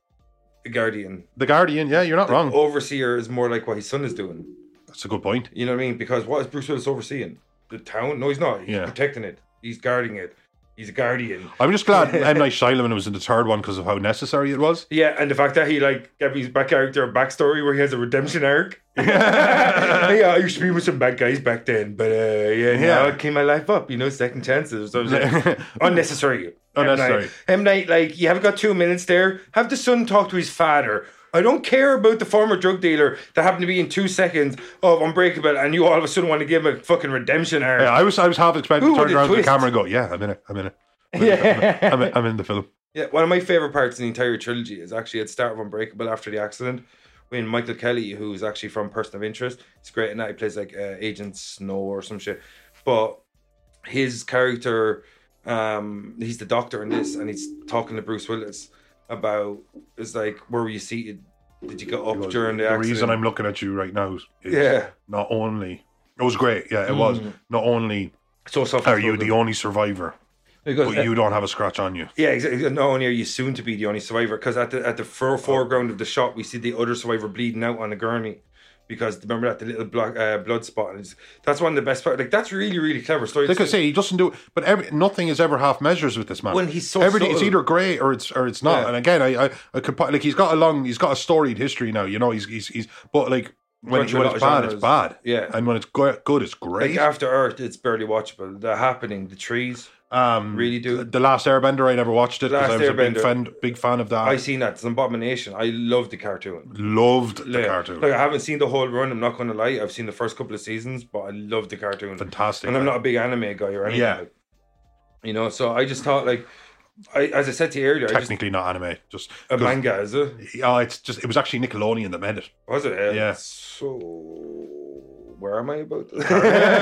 S4: The Guardian.
S5: The Guardian, yeah, you're not wrong.
S4: Overseer is more like what his son is doing.
S5: That's a good point.
S4: You know what I mean? Because what is Bruce Willis overseeing? The town? No, he's not. He's
S5: Yeah.
S4: protecting it, he's guarding it, he's a guardian.
S5: I'm just glad M. Night Shyamalan was in the third one because of how necessary it was.
S4: Yeah, and the fact that he like gave his back character a backstory where he has a redemption arc. yeah, I used to be with some bad guys back then, but uh, yeah, yeah, now
S5: Yeah.
S4: it came my life up. You know, second chances. So it was like, unnecessary.
S5: Unnecessary.
S4: M Night, M. Night, like you haven't got two minutes there. Have the son talk to his father. I don't care about the former drug dealer that happened to be in two seconds of Unbreakable, and you all of a sudden want to give him a fucking redemption arc.
S5: Yeah, I was I was half expecting
S4: Who
S5: to turn
S4: would've
S5: around to the
S4: twist?
S5: camera and go, yeah, I'm in it, I'm in it.
S4: yeah.
S5: I'm in, I'm in the film.
S4: Yeah, one of my favorite parts in the entire trilogy is actually at the start of Unbreakable after the accident, when Michael Kelly, who's actually from Person of Interest, it's great and that he plays like uh, Agent Snow or some shit, but his character, um, he's the doctor in this, and he's talking to Bruce Willis about it's like where were you seated? Did you get up during the,
S5: the
S4: accident?
S5: reason I'm looking at you right now is
S4: Yeah.
S5: not only it was great, yeah, it was.
S4: Mm.
S5: Not only
S4: so soft.
S5: are you the only survivor,
S4: Because,
S5: but you don't have a scratch on you.
S4: Yeah, exactly. Not only are you soon to be the only survivor, because at the at the fore, foreground of the shot, we see the other survivor bleeding out on the gurney. Because remember that the little black, uh, blood spot. And it's- that's one of the best part. Like that's really really clever story.
S5: Like I say, he doesn't do it, but every, nothing is ever half measures with this man.
S4: Well, he's so
S5: Everything- it's
S4: subtle.
S5: either great or it's or it's not.
S4: Yeah.
S5: And again, I I, I compa- like he's got a long, he's got a storied history now. You know, he's he's, he's but like when,
S4: Gone through
S5: when
S4: a
S5: it's
S4: lot
S5: bad,
S4: of genres.
S5: it's bad.
S4: Yeah.
S5: and when it's good, good, it's great.
S4: like After Earth, it's barely watchable. The happening, the trees.
S5: um,
S4: really do.
S5: the last Airbender. I never watched it
S4: Last
S5: because I was a big
S4: Airbender.
S5: fan, big fan of that.
S4: I seen that. It's an abomination. I love the cartoon.
S5: loved the
S4: Yeah.
S5: cartoon.
S4: Like I haven't seen the whole run. I'm not going to lie. I've seen the first couple of seasons, but I love the cartoon.
S5: Fantastic.
S4: and I'm not a big anime guy or anything.
S5: Yeah.
S4: like- you know. So I just thought like, I as I said to you earlier, I just
S5: technically not anime. Just
S4: a
S5: 'cause-
S4: manga is it?
S5: Oh, it's just it was actually Nickelodeon that made it.
S4: Was it?
S5: Yeah.
S4: So where am I about?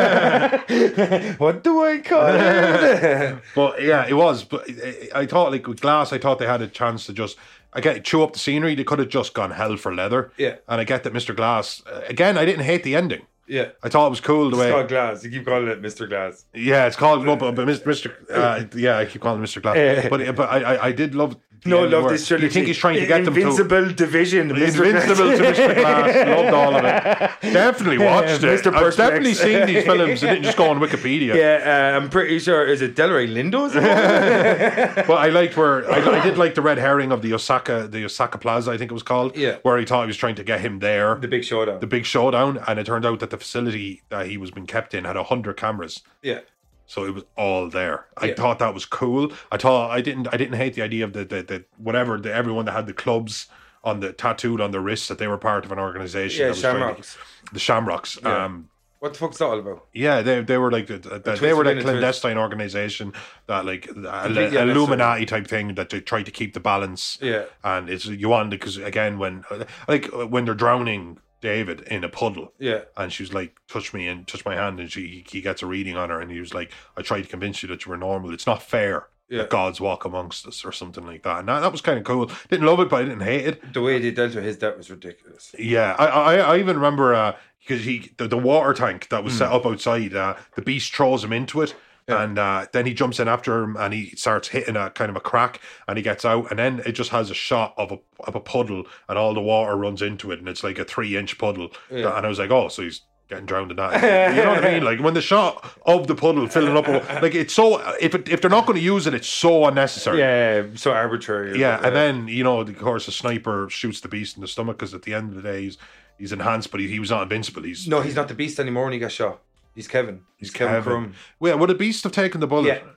S4: this? what do I call it?
S5: But yeah, it was. But I- I thought, like with Glass, I thought they had a chance to just, I get chew up the scenery. They could have just gone hell for leather.
S4: Yeah.
S5: And I get that Mr. Glass. uh, Again, I didn't hate the ending.
S4: yeah.
S5: I thought it was cool the
S4: It's
S5: way.
S4: called Glass. You keep calling it Mr. Glass.
S5: yeah, it's called. Well, but, but Mr. Uh, yeah, I keep calling him Mr. Glass.
S4: Eh.
S5: but but I I, I did love. the
S4: No,
S5: ending
S4: love
S5: where
S4: this trilogy.
S5: You think he's trying to get them to
S4: Invincible Division. Mr.
S5: Invincible to Mr. Glass. Loved all of it. Definitely watched it.
S4: Mr.
S5: I've definitely
S4: Perspex.
S5: seen these films. I didn't just go on Wikipedia.
S4: Yeah, uh, I'm pretty sure. Is it Delray Lindo's?
S5: But I liked where I, I did like the red herring of the Osaka, the Osaka Plaza, I think it was called.
S4: Yeah.
S5: Where he thought he was trying to get him there,
S4: the
S5: the,
S4: big showdown.
S5: big showdown, and it turned out that the facility that he was being kept in had hundred cameras,
S4: yeah.
S5: so it was all there. I
S4: Yeah.
S5: thought that was cool. I thought I didn't, I didn't hate the idea of the the, the whatever the, everyone that had the clubs on the tattooed on their wrists that they were part of an organization.
S4: Yeah,
S5: that was trying to-
S4: Shamrocks.
S5: the Shamrocks.
S4: Yeah.
S5: Um,
S4: What the fuck's that all about?
S5: yeah, they they were like the, the- they
S4: Twist
S5: were that
S4: within a twist.
S5: clandestine organization that like a-
S4: Completely
S5: a- Illuminati type thing that they tried to keep the balance.
S4: Yeah.
S5: and it's you on because again when like when they're drowning David in a puddle.
S4: Yeah.
S5: And she was like, "Touch me and touch my hand," and she he gets a reading on her, and he was like, "I tried to convince you that you were normal. It's not fair
S4: Yeah.
S5: that gods walk amongst us or something like that." And that, that was kind of cool. Didn't love it, but I didn't hate it.
S4: The way they dealt with his debt was ridiculous.
S5: Yeah, I I, I even remember because he the, the water tank that was set up outside. Uh, the beast throws him into it,
S4: Hmm. Yeah.
S5: and uh, then he jumps in after him, and he starts hitting a kind of a crack, and he gets out, and then it just has a shot of a of a puddle, and all the water runs into it, and it's like a three inch puddle,
S4: Yeah.
S5: and I was like, oh, so he's. Getting drowned in that, you know what I mean? Like when the shot of the puddle filling up, like it's so if it, if they're not going to use it, it's so unnecessary.
S4: Yeah, so arbitrary. uh,
S5: Yeah, and then you know, of course, the sniper shoots the beast in the stomach because at the end of the day, he's he's enhanced, but he, he was not invincible. He's
S4: no, he's not the beast anymore when he got shot. He's Kevin. He's Kevin,
S5: Kevin.
S4: Crumb.
S5: yeah. Would a beast have taken the bullet?
S4: Yeah.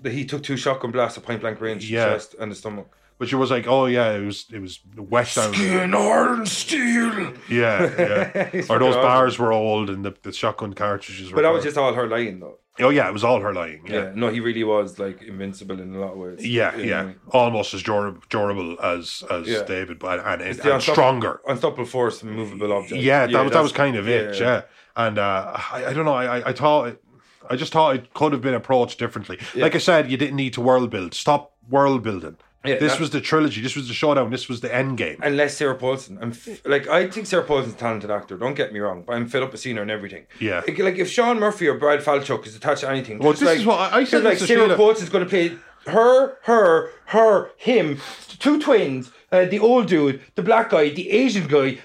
S4: But He took two shotgun blasts at point blank range,
S5: Yeah.
S4: chest and the stomach.
S5: But she was like, oh yeah, it was it was wet down.
S4: iron, steel.
S5: Yeah, yeah.
S4: He's
S5: or
S4: fucking
S5: those
S4: awesome.
S5: bars were old and the, the shotgun cartridges. Were
S4: But that was
S5: burned.
S4: just all her lying, though.
S5: oh yeah, it was all her lying.
S4: Yeah.
S5: Yeah,
S4: No, he really was like invincible in a lot of ways.
S5: yeah, yeah.
S4: You know?
S5: Almost as durable, durable as as
S4: Yeah.
S5: David, but and, and,
S4: It's the
S5: and
S4: unstop-
S5: stronger.
S4: Unstoppable force, and movable object.
S5: Yeah, that was that
S4: that's-
S5: was kind of it. Yeah, and uh, I, I don't know. I I, I thought it, I just thought it could have been approached differently.
S4: Yeah.
S5: Like I said, you didn't need to world build. Stop world building.
S4: Yeah,
S5: this
S4: that-
S5: was the trilogy. This was the showdown. This was the end game.
S4: Unless Sarah Paulson, I'm f- like I think Sarah Paulson's a talented actor. Don't get me wrong, but I'm fed up with seeing her and everything.
S5: Yeah.
S4: like, like, if Sean Murphy or Brad Falchuk is attached to anything,
S5: Well,
S4: just
S5: this
S4: like,
S5: is what I- I
S4: just
S5: said
S4: Like
S5: this to
S4: Sarah
S5: Sheila.
S4: Paulson's going to play her, her, her, him, two twins, uh, the old dude, the black guy, the Asian guy,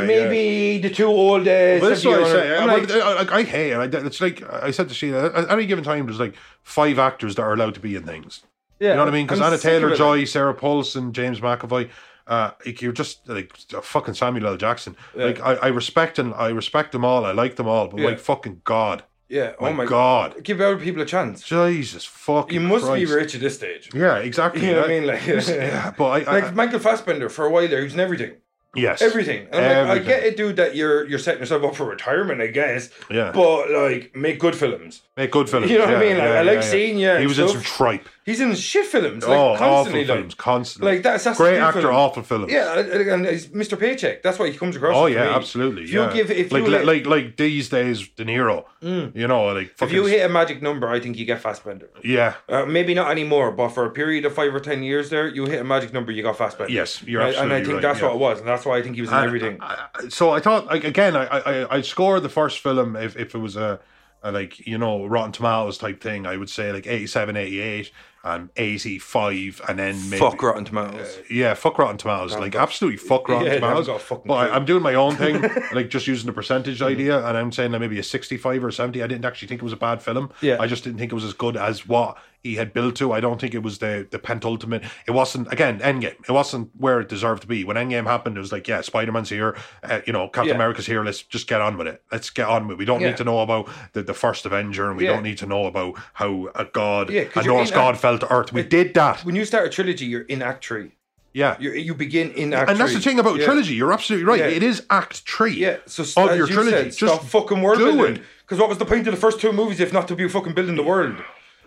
S4: and
S5: yeah.
S4: maybe the two old. Uh,
S5: Well, that's what
S4: 70
S5: I say.
S4: -year-old.
S5: I,
S4: I'm like,
S5: I, I, I hate it. I, it's like I said to Sheila. At any given time, there's like five actors that are allowed to be in things.
S4: yeah,
S5: You know what I mean? Because
S4: I'm
S5: Anna
S4: sick of it.
S5: Taylor Joy, Sarah Paulson, James McAvoy, uh, like, you're just like fucking Samuel L. Jackson. Like I, I respect and I respect them all. I like them all, but
S4: Yeah.
S5: like fucking God,
S4: Yeah.
S5: my,
S4: oh my god.
S5: God,
S4: Give other people a chance.
S5: Jesus fucking.
S4: You must
S5: Christ.
S4: be rich at this stage.
S5: Yeah, exactly.
S4: You know what I
S5: Yeah.
S4: mean? Like,
S5: Yeah, but I, I,
S4: like Michael Fassbender for a while there, he was in everything.
S5: yes,
S4: Everything. And I'm like, I
S5: Everything.
S4: get it, dude, that you're you're setting yourself up for retirement, I guess.
S5: Yeah.
S4: But like, make good films.
S5: Make good films.
S4: You know what I
S5: yeah,
S4: mean? Like,
S5: yeah,
S4: I like
S5: yeah, yeah.
S4: seeing you
S5: He
S4: and
S5: was in some
S4: stuff.
S5: tripe.
S4: He's in shit films, like
S5: oh, awful
S4: constantly. like,
S5: films, constantly.
S4: like, that's Assassin's
S5: great
S4: Creed
S5: actor,
S4: film.
S5: awful films.
S4: Yeah, and he's Mr. Paycheck. That's why he comes across.
S5: Oh
S4: as to
S5: yeah,
S4: me.
S5: absolutely.
S4: If
S5: yeah.
S4: you give, if
S5: like,
S4: you
S5: like,
S4: let-
S5: like like these days, De Niro. You know, like
S4: if
S5: fucking
S4: you hit a magic number, I think you get Fassbender.
S5: yeah,
S4: Uh, maybe not anymore, but for a period of five or ten years there, you hit a magic number, you got Fassbender.
S5: Yes, you're
S4: Right? And I
S5: absolutely
S4: think
S5: right,
S4: that's
S5: yeah. Ah,
S4: what it was, and that's why I think he was in
S5: And
S4: everything.
S5: I- I- so I thought like again, I I I score the first film if, if it was a, a like you know Rotten Tomatoes type thing. I would say like 87, 88, and eighty five, and then maybe
S4: Fuck Rotten Tomatoes.
S5: yeah, fuck Rotten Tomatoes, like absolutely fuck Rotten
S4: Yeah, they haven't
S5: Tomatoes.
S4: got a fucking
S5: but
S4: clue. Mm-hmm.
S5: I, I'm doing my own thing, like just using the percentage idea, and I'm saying that maybe a sixty five or seventy. I didn't actually think it was a bad film.
S4: Yeah.
S5: I just didn't think it was as good as what. He had built to. I don't think it was the the penultimate. It wasn't again Endgame. It wasn't where it deserved to be. When Endgame happened, it was like, yeah, Spider Man's here. Uh, you know, Captain
S4: Yeah.
S5: America's here. Let's just get on with it. Let's get on with. it. We don't
S4: Yeah.
S5: need to know about the, the first Avenger, and we
S4: Yeah.
S5: don't need to know about how a god,
S4: Yeah,
S5: a
S4: 'cause you're
S5: Norse
S4: in that-
S5: god, fell to Earth. We did that.
S4: When you start a trilogy, you're in Act Three.
S5: Yeah,
S4: You you begin in Act
S5: and that's
S4: three.
S5: the thing about
S4: Yeah.
S5: trilogy. You're absolutely right.
S4: Yeah.
S5: It is Act Three.
S4: Yeah, so s-
S5: of
S4: as
S5: your
S4: you
S5: trilogy,
S4: said,
S5: just
S4: stop fucking world
S5: do
S4: building.
S5: it.
S4: Because what was the point of the first two movies if not to be fucking building the world?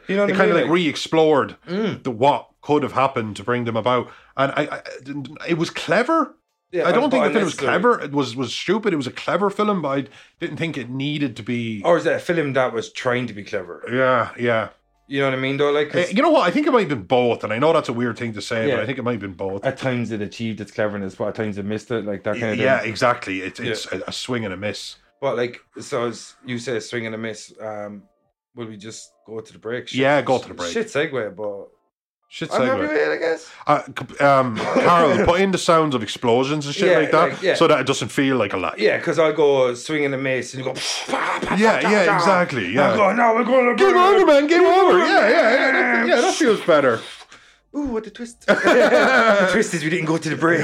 S4: You know what
S5: they
S4: I mean? Mm.
S5: kind of like re-explored the what could have happened to bring them about, and I, I it was clever.
S4: Yeah,
S5: I don't
S4: but
S5: think the film was
S4: unnecessary.
S5: clever. It was was stupid. It was a clever film, but I didn't think it needed to be.
S4: Or is it a film that was trying to be clever?
S5: Yeah, yeah.
S4: You know what I mean, though? Like,
S5: Uh,
S4: 'cause
S5: You know what? I think it might have been both, and I know that's a weird thing to say, but
S4: Yeah.
S5: I think it might have been both.
S4: at times it achieved its cleverness, but at times it missed it, like that kind of
S5: yeah,
S4: thing.
S5: exactly. It's
S4: Yeah.
S5: it's a, a swing and a miss.
S4: But, like, so as you say, swing and a miss, um, will we just go to the break?
S5: Yeah, go to the break.
S4: Shit segue, but
S5: Shit
S4: I'm happy
S5: segue.
S4: with it, I guess.
S5: Uh, c- um, Carol, put in the sounds of explosions and shit
S4: Yeah,
S5: like that,
S4: like, yeah.
S5: so that it doesn't feel like a lot.
S4: Yeah, because I go swinging a miss and you go.
S5: Yeah, yeah, exactly, yeah.
S4: I go, no, we're going to
S5: Game over, man. Game over.
S4: over,
S5: Yeah, yeah, yeah. That, yeah, that feels better.
S4: Ooh, what the twist! the twist is we didn't go to the break.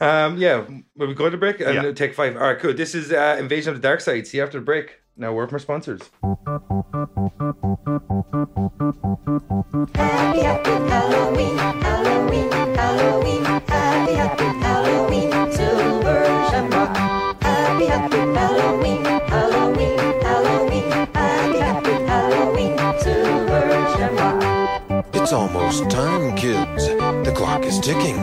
S4: um, yeah, will we go to the break and
S5: Yeah.
S4: take five? All right, cool. This is uh, Invasion of the Dark Side. See you after the break. Now, word from our sponsors.
S6: Happy Happy Halloween, Halloween, Halloween. Happy Happy Halloween, Silver Shamrock. Happy Happy Halloween, Halloween, Halloween. Happy Happy Halloween, Silver Shamrock.
S7: It's almost time, kids. The clock is ticking.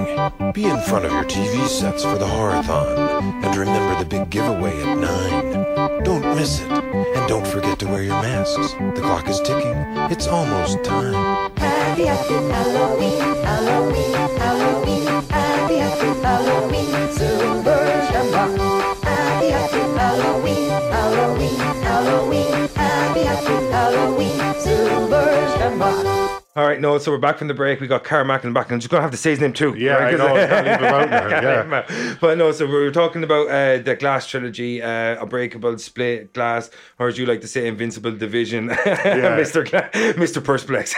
S7: Be in front of your TV sets for the horathon. And remember the big giveaway at 9. Don't miss it. And don't forget to wear your masks. The clock is ticking. It's almost time.
S6: Happy Happy Halloween, Halloween, Halloween. Happy Happy Halloween, Silver Shamrock. Happy Happy Halloween, Halloween, Halloween. Happy Happy Halloween, Silver Shamrock.
S4: All right, no, so we're back from the break. We got Carmack and back, and I'm just gonna have to say his name too.
S5: Yeah, I
S4: right? 'Cause-
S5: know, I can't leave him out there,
S4: Can't
S5: yeah.
S4: leave him out. But no, so we were talking about uh, the Glass trilogy, uh, Unbreakable, Split, Glass, or as you like to say, Invincible Division, Mister Gla- Mister Persplex.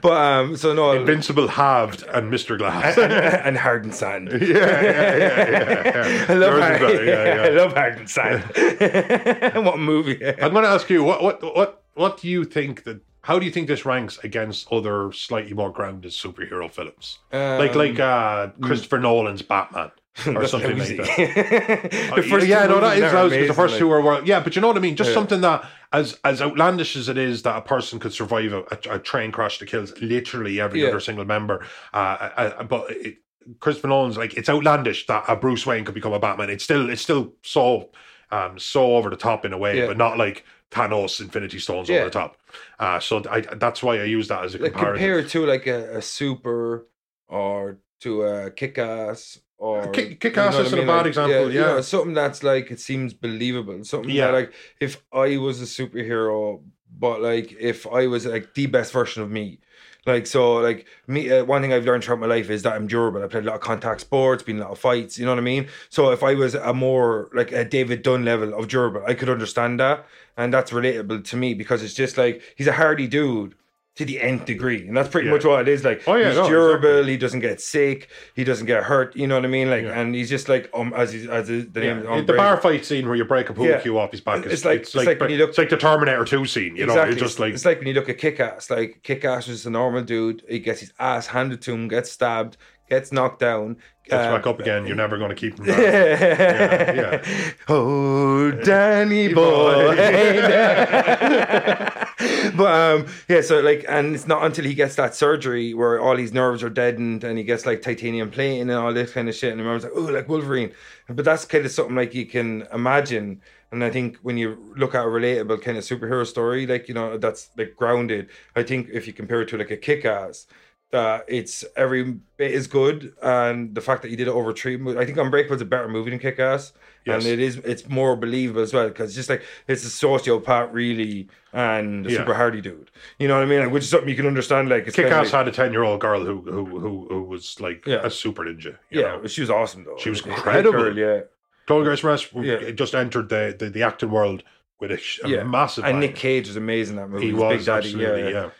S4: but um, so no,
S5: Invincible halved and Mr. Glass.
S4: and hardened sand. Yeah, I
S5: There
S4: love
S5: is a
S4: hard,
S5: bit, yeah, yeah.
S4: I love hardened sand. what movie?
S5: I'm going to ask you what what what what do you think that how do you think this ranks against other slightly more grounded superhero films like
S4: Um,
S5: like uh Christopher Nolan's Batman or something like that.
S4: the
S5: Uh, yeah, no, that
S4: movies are
S5: is lousy, 'cause
S4: amazing,
S5: the first
S4: like-
S5: two were, were- yeah, but you know what I mean. Just something that, as as outlandish as it is, that a person could survive a, a, a train crash that kills literally every
S4: Yeah.
S5: other single member. Uh, uh, uh, but it, Christopher Nolan's like it's outlandish that a Bruce Wayne could become a Batman. It's still it's still so um so over the top in a way,
S4: Yeah.
S5: but not like Thanos Infinity Stones
S4: Yeah.
S5: over the top. Uh, so I, that's why I use that as a
S4: like
S5: comparison.
S4: compared to like a, a super or to a kick-ass or
S5: Kick-
S4: you
S5: Kick-Ass
S4: know what
S5: isn't
S4: I
S5: a
S4: mean? Like,
S5: bad example,
S4: you know,
S5: yeah.
S4: something that's like it seems believable something
S5: Yeah.
S4: that like if i was a superhero but like if i was like the best version of me like so like me uh, one thing i've learned throughout my life is that i'm durable i played a lot of contact sports been in a lot of fights you know what i mean so if i was a more like a david dunn level of durable i could understand that and that's relatable to me because it's just like he's a hardy dude to the nth degree, and that's pretty
S5: Yeah.
S4: much what it is. Like
S5: Oh, yeah,
S4: he's
S5: no,
S4: durable, he doesn't get sick, he doesn't get hurt. You know what I mean? Like,
S5: Yeah.
S4: and he's just like um, as he's, as his, the
S5: Yeah.
S4: name is
S5: In the
S4: Unbreakable.
S5: bar fight scene where you break a pool
S4: Yeah.
S5: cue off his back.
S4: It's like- it's like when you look-
S5: it's like the Terminator Two scene. You know, it's just like
S4: it's like when you look at Kick Ass. Like Kick Ass is a normal dude. He gets his ass handed to him, gets stabbed, gets knocked down.
S5: gets
S4: um,
S5: back up again. You're never going to keep him down.
S4: yeah,
S5: yeah.
S4: Oh, Danny boy.
S5: Boy.
S4: but um, yeah, so like, and it's not until he gets that surgery where all his nerves are deadened and he gets like titanium plating and all this kind of shit. And remembers like, oh, like Wolverine. But that's kind of something like you can imagine. And I think when you look at a relatable kind of superhero story, like you know, that's like grounded. I think if you compare it to like a kick-ass, that it's every bit is good, and the fact that he did it over three. mo- I think Unbreakable's a better movie than Kick Ass,
S5: Yes.
S4: and it is it's more believable as well because just like it's a sociopath really and a
S5: Yeah.
S4: super hardy dude. You know what I mean? Like, which is something you can understand. Like, it's
S5: Kick
S4: kinda like-
S5: Ass had a ten year old girl who, who who who was like
S4: Yeah.
S5: a super ninja. You
S4: Yeah,
S5: know?
S4: she was awesome though.
S5: She was
S4: Like,
S5: incredible.
S4: Girl, yeah,
S5: Chloe Grace Moretz
S4: Yeah.
S5: just entered the, the the acting world with a, sh- a
S4: yeah,
S5: massive.
S4: And
S5: bang.
S4: Nick Cage was amazing in that movie.
S5: he
S4: He was Big
S5: was
S4: Daddy.
S5: absolutely
S4: yeah,
S5: yeah.
S4: yeah.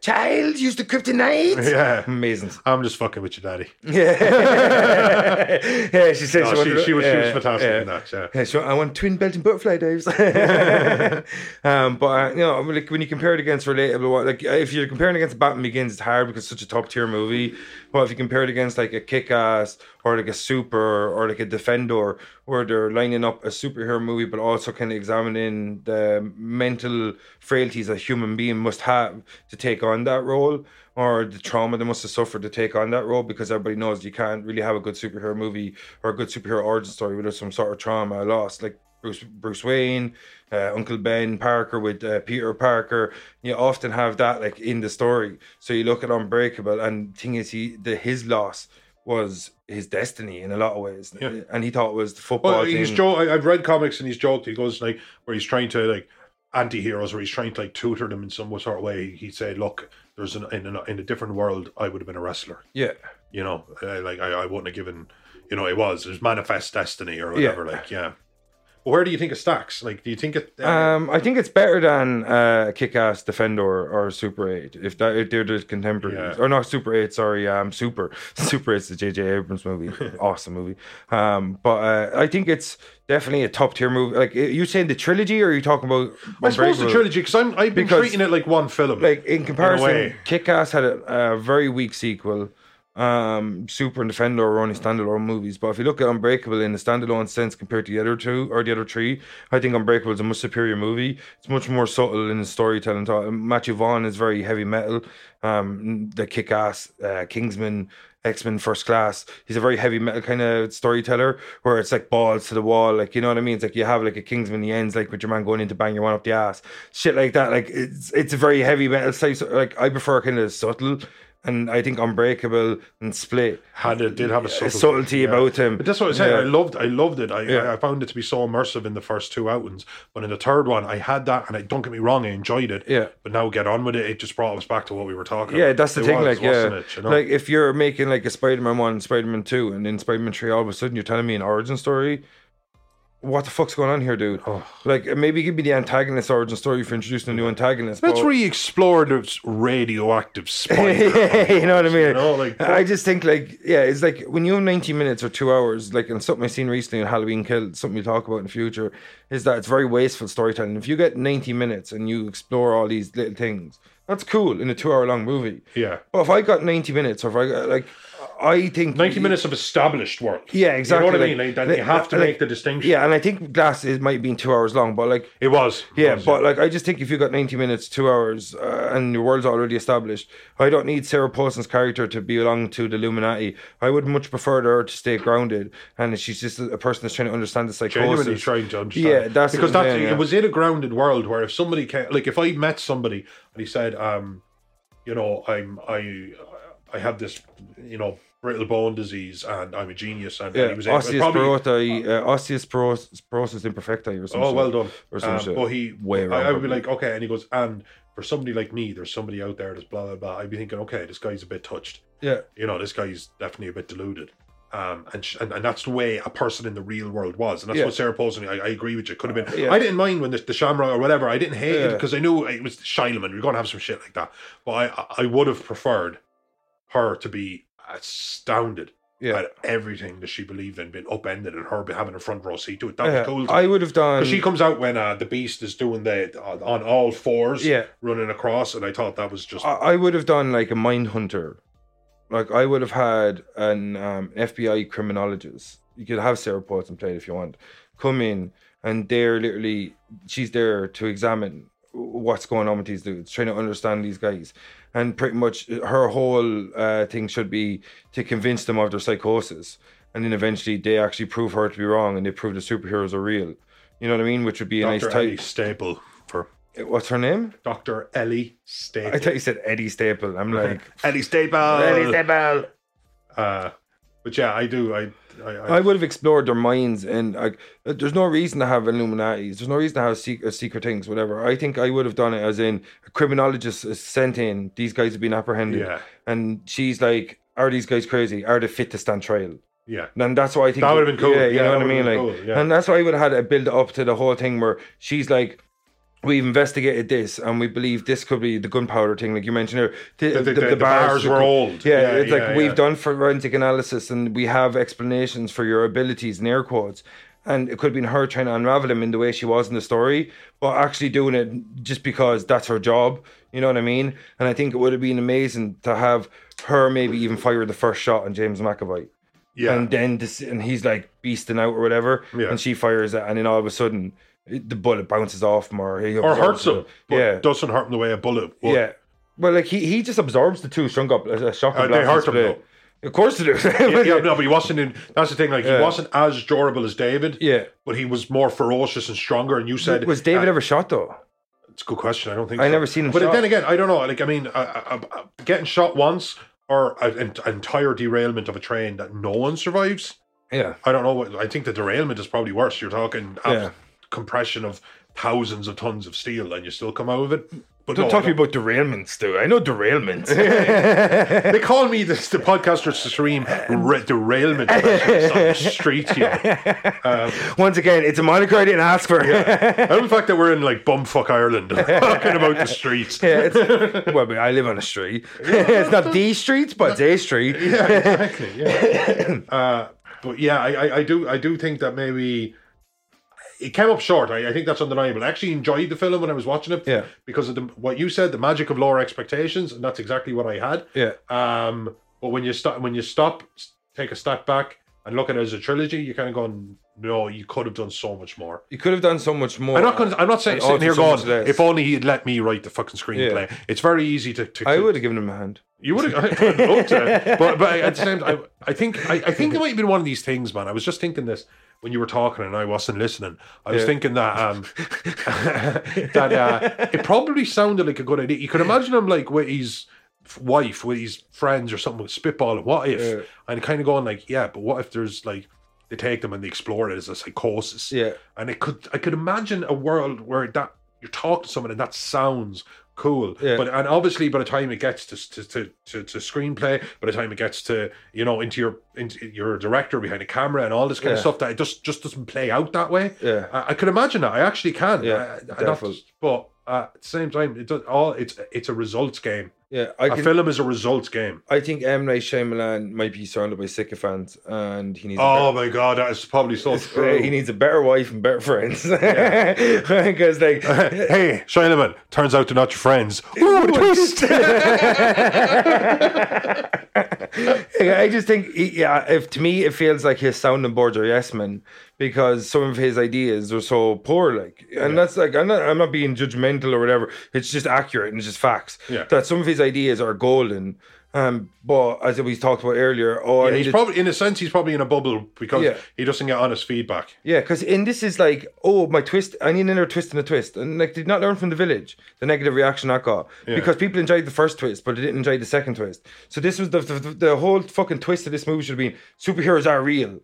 S4: Child used to kryptonite.
S5: Yeah.
S4: Amazing.
S5: I'm just fucking with you, Daddy.
S4: Yeah, yeah. She said she,
S5: No, she,
S4: wanted-
S5: she was she was
S4: yeah,
S5: fantastic
S4: yeah.
S5: in that. Yeah.
S4: Yeah, so I want twin Belgian butterfly dives. um, but uh, you know, like when you compare it against relatable, what- like uh, if you're comparing against Batman Begins, it's hard because it's such a top tier movie. But if you compare it against like a Kick Ass or like a Super or like a Defender, where they're lining up a superhero movie but also kind of examining the mental frailties a human being must have to take on that role or the trauma they must have suffered to take on that role because everybody knows you can't really have a good superhero movie or a good superhero origin story without some sort of trauma or loss. Like Bruce, Bruce Wayne, uh, Uncle Ben Parker with uh, Peter Parker. You often have that like in the story. So you look at Unbreakable, and thing is, he the his loss was his destiny in a lot of ways,
S5: Yeah.
S4: and he thought it was the football.
S5: Well, he's
S4: thing.
S5: jo- I, I've read comics and he's joked. He goes like where he's trying to like anti-heroes where he's trying to like tutor them in some sort of way. He said, "Look, there's an in, a in a different world, I would have been a wrestler.
S4: yeah,
S5: You know, Uh, like I, I wouldn't have given. You know, it was it was manifest destiny or whatever. Like, yeah. But where do you think it stacks? Like, do you think it? Uh,
S4: Um, I think it's better than uh, Kick-Ass, Defender, or Super Eight. If that if they're the contemporaries,
S5: Yeah.
S4: or not Super Eight, sorry, um, Super Super Eight's the J.J. Abrams movie, awesome movie. Um, but uh, I think it's definitely a top tier movie. Like, are you saying the trilogy, or are you talking about?
S5: I suppose the
S4: Unbreakable?
S5: trilogy because I'm I've been
S4: Because-
S5: treating it like one film.
S4: like in comparison,
S5: way.
S4: Kick Ass had a, a very weak sequel. Um, Super and Defender are only standalone movies, but if you look at Unbreakable in a standalone sense compared to the other two or the other three, I think Unbreakable is a much superior movie. It's much more subtle in the storytelling. To- Matthew Vaughn is very heavy metal. Um, the Kick Ass, uh, Kingsman, X Men First Class. He's a very heavy metal kind of storyteller where it's like balls to the wall, like you know what I mean. It's like you have like a Kingsman, he ends like with your man going in to bang your one up the ass, shit like that. Like it's it's a very heavy metal style. So, like I prefer kind of subtle, and I think Unbreakable and Split
S5: had it did have a
S4: a
S5: subtlety,
S4: subtlety about him.
S5: But that's what I said.
S4: Yeah.
S5: I loved, I loved it. I,
S4: Yeah.
S5: I found it to be so immersive in the first two outings, but in the third one, I had that, and I don't get me wrong, I enjoyed it.
S4: Yeah.
S5: But now get on with it. It just brought us back to what we were talking.
S4: Yeah,
S5: about.
S4: that's the
S5: It
S4: thing.
S5: was,
S4: Like,
S5: wasn't
S4: yeah,
S5: it, you know?
S4: like if you're making like a Spider-Man one, and Spider-Man two, and then Spider-Man three, all of a sudden you're telling me an origin story. What the fuck's going on here, dude? Like, maybe give me the antagonist origin story for introducing a new antagonist.
S5: let's
S4: but-
S5: re-explore this radioactive spider.
S4: you know what I mean?
S5: You know, like-
S4: I just think like yeah, it's like when you have ninety minutes or two hours, like and something I seen recently in Halloween Kill, something we talk about in the future, is that it's very wasteful storytelling. If you get ninety minutes and you explore all these little things, that's cool in a two hour long movie.
S5: Yeah.
S4: But if I got ninety minutes, or if I got like, I think
S5: Ninety minutes of established world.
S4: Yeah, exactly.
S5: You know what I mean? Like, that, you have to
S4: like-
S5: make the distinction.
S4: Yeah, and I think Glass is might have been two hours long, but like
S5: It was. It
S4: yeah,
S5: was,
S4: but like I just think if you got 90 minutes, two hours, uh, and your world's already established, I don't need Sarah Paulson's character to belong to the Illuminati. I would much prefer her to stay grounded, and she's just a person that's trying to understand the psychosis.
S5: genuinely trying to understand.
S4: Yeah, that's
S5: because
S4: what I'm
S5: that's
S4: saying, yeah.
S5: it was in a grounded world where if somebody came, like if I met somebody and he said, um, you know, I'm I I have this, you know, brittle bone disease and I'm a genius and,
S4: Yeah,
S5: he was able- probably.
S4: osteosporoti, uh, osteosporosis imperfecta, or something.
S5: Oh, well done.
S4: Or some
S5: Um,
S4: shit.
S5: But he,
S4: Way around.
S5: I, I would be like, okay, and he goes, and for somebody like me, there's somebody out there that's blah blah blah. I'd be thinking, okay, this guy's a bit touched
S4: yeah,
S5: you know, this guy's definitely a bit deluded. Um, and, sh- and and that's the way a person in the real world was, and that's
S4: Yeah. Uh,
S5: what Sarah Paulson. I, I agree with you. Could have been.
S4: Yeah.
S5: I didn't mind when the, the Shamrock or whatever. I didn't hate it
S4: Yeah.
S5: because I knew it was Shileman. We are gonna have some shit like that. But I I- I would have preferred her to be astounded
S4: yeah.
S5: at everything that she believed in, being upended, and her having a front row seat to it. That
S4: yeah.
S5: was cool. to me.
S4: I would have done.
S5: 'Cause she comes out when uh, the Beast is doing the on, on all fours,
S4: Yeah. Ah,
S5: running across, and I thought that was just
S4: I, I would have done like a mind hunter. Like I would have had an um, FBI criminologist. You could have Sarah Paulson played if you want. Come in and they're literally she's there to examine what's going on with these dudes, trying to understand these guys, and pretty much her whole uh, thing should be to convince them of their psychosis, and then eventually they actually prove her to be wrong, and they prove the superheroes are real. You know what I mean? Which would be a
S5: Dr. Ellie
S4: nice
S5: Staple for
S4: type. What's her name?
S5: Dr. Ellie Staple.
S4: I thought you said Eddie Staple. I'm like.
S5: Ellie Staple. Uh, but yeah, I do. I, I, I,
S4: I would have explored their minds, and like, there's no reason to have Illuminati's. There's no reason to have secret, secret things, whatever. I think I would have done it as in a criminologist is sent in. These guys have been apprehended,
S5: Yeah.
S4: and she's like, "Are these guys crazy? Are they fit to stand trial?"
S5: yeah.
S4: And that's why I think
S5: That would've been cool.
S4: Yeah, you
S5: Yeah,
S4: know
S5: that
S4: what I mean.
S5: would've
S4: Like,
S5: been cool, yeah.
S4: and that's why I would have had it build up to the whole thing where she's like. We've investigated this, and we believe this could be the gunpowder thing, like you mentioned. Here. The,
S5: The- the- the bars were old.
S4: Yeah,
S5: Yeah,
S4: it's
S5: yeah,
S4: like we've
S5: yeah.
S4: done done forensic analysis and we have explanations for your abilities in air quotes. And it could have been her trying to unravel him in the way she was in the story, but actually doing it just because that's her job. You know what I mean? And I think it would have been amazing to have her maybe even fire the first shot on James McAvoy.
S5: Yeah.
S4: And then this, and he's like beasting out or whatever,
S5: Yeah.
S4: and she fires it, and then all of a sudden it- the bullet bounces off him or he
S5: or
S4: absorbs
S5: hurts
S4: it.
S5: him. But
S4: yeah,
S5: Doesn't hurt him the way a bullet would.
S4: yeah. Well, like he, he just absorbs the two shock up uh, shock
S5: Uh,
S4: and
S5: they
S4: blast
S5: hurt him,
S4: split. Of course they do.
S5: yeah, yeah, no, but he wasn't in. That's the thing. Like
S4: Yeah.
S5: he wasn't as durable as David.
S4: Yeah.
S5: but he was more ferocious and stronger. And you said
S4: was David
S5: uh,
S4: ever shot though?
S5: It's a good question. I don't think
S4: I
S5: so.
S4: never seen him
S5: But
S4: shot.
S5: then again, I don't know. Like I mean, uh, uh, uh, getting shot once or an ent- entire derailment of a train that no one survives.
S4: Yeah.
S5: I don't know. What, I think the derailment is probably worse. You're talking ab-
S4: Yeah.
S5: compression of thousands of tons of steel, and you still come out of it. But
S4: Don't
S5: no,
S4: talk
S5: no.
S4: to me about derailments, dude. I know derailments.
S5: They call me this, the podcaster Stream re- derailment specialist on the streets here.
S4: Once again, it's a moniker I didn't ask for.
S5: And the fact that we're in like bumfuck Ireland and talking about the streets.
S4: Yeah, it's, well, I, mean, I live on a street. it's not the streets, but it's a street.
S5: exactly. Yeah. uh, but yeah, I, I, I do I do think that maybe it came up short. I, I think that's undeniable. I actually enjoyed the film when I was watching it.
S4: Yeah.
S5: Because of the, what you said, the magic of lower expectations, and that's exactly what I had.
S4: Yeah.
S5: Um. But when you stop, when you stop, s- take a step back and look at it as a trilogy, you're kind of going, no, you could have done so much more.
S4: You could have done so much more.
S5: I'm not. Gonna, I'm not saying
S4: And
S5: sitting
S4: also
S5: here
S4: so
S5: going.
S4: much less.
S5: If only he'd let me write the fucking screenplay. It's very easy to. to
S4: I
S5: to-
S4: would have given him a hand.
S5: you would have I'd love to, but but at the same time, I think I, I think it might have been one of these things, man. I was just thinking this when you were talking and I wasn't listening. I was
S4: Yeah.
S5: thinking that um that uh, it probably sounded like a good idea. You could imagine him like with his f- wife, with his friends or something, with spitballing. What if?
S4: Yeah.
S5: And kind of going like, yeah, but what if there's like they take them and they explore it as a psychosis?
S4: Yeah.
S5: and it could I could imagine a world where that you're talking to someone and that sounds cool
S4: Yeah.
S5: but and obviously by the time it gets to to, to to to screenplay by the time it gets to you know into your into your director behind the camera and all this kind of
S4: Yeah.
S5: stuff that it just just doesn't play out that way
S4: Yeah.
S5: I, I could imagine that I actually can
S4: Yeah,
S5: I- I- not
S4: definitely.
S5: just- but uh, at the same time it does all it's it's a results game
S4: Yeah. I
S5: A
S4: can,
S5: film is a results game
S4: I think M. Night Shyamalan might be surrounded by sycophants and he needs a
S5: oh my god that is probably so
S4: better,
S5: true
S4: he needs a better wife and better friends. Because like
S5: hey Shyamalan turns out they're not your friends
S4: Ooh, a twist. I just think, he- yeah, if to me it feels like his sounding boards are yes men because some of his ideas are so poor, like, and that's like I'm not I'm not being judgmental or whatever. It's just accurate and it's just facts.
S5: Yeah.
S4: That some of his ideas are golden, um, but as we talked about earlier, oh, I
S5: Yeah, he's
S4: needed-
S5: probably in a sense he's probably in a bubble because
S4: Yeah.
S5: he doesn't get honest feedback.
S4: Yeah, because in this is like, oh, my twist, I need another twist and a twist. And like, they did not learn from the village, the negative reaction I got. Because people enjoyed the first twist, but they didn't enjoy the second twist. So this was the, the, the whole fucking twist of this movie should have been superheroes are real.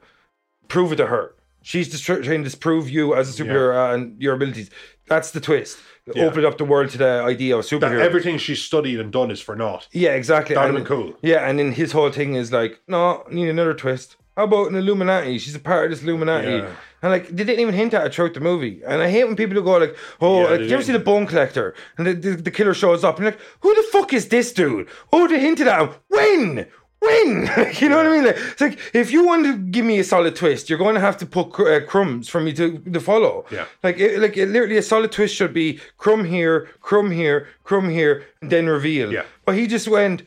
S4: Prove it to her. She's just tr- trying to disprove you as a superhero and your abilities. That's the twist.
S5: Yeah.
S4: Open up the world to the idea of
S5: That
S4: superheroes.
S5: everything she's studied and done is for naught.
S4: Yeah, exactly.
S5: That'd have
S4: And-
S5: been cool.
S4: Yeah, and then his whole thing is like, no, need another twist. How about an Illuminati? She's a part of this Illuminati.
S5: Yeah.
S4: And like they didn't even hint at it throughout the movie. And I hate when people go like, "Oh,
S5: Yeah,
S4: like,
S5: they
S4: you ever see the
S5: didn't.
S4: Bone Collector?" And the, the, the killer shows up, and you're like, "Who the fuck is this dude?" Oh, they hinted at him. When? When? you know what I mean? Like, it's like if you want to give me a solid twist, you're going to have to put cr- uh, crumbs for me to, to follow.
S5: Yeah.
S4: Like, it, like it, literally, a solid twist should be crumb here, crumb here, crumb here, and then reveal.
S5: Yeah.
S4: But he just went,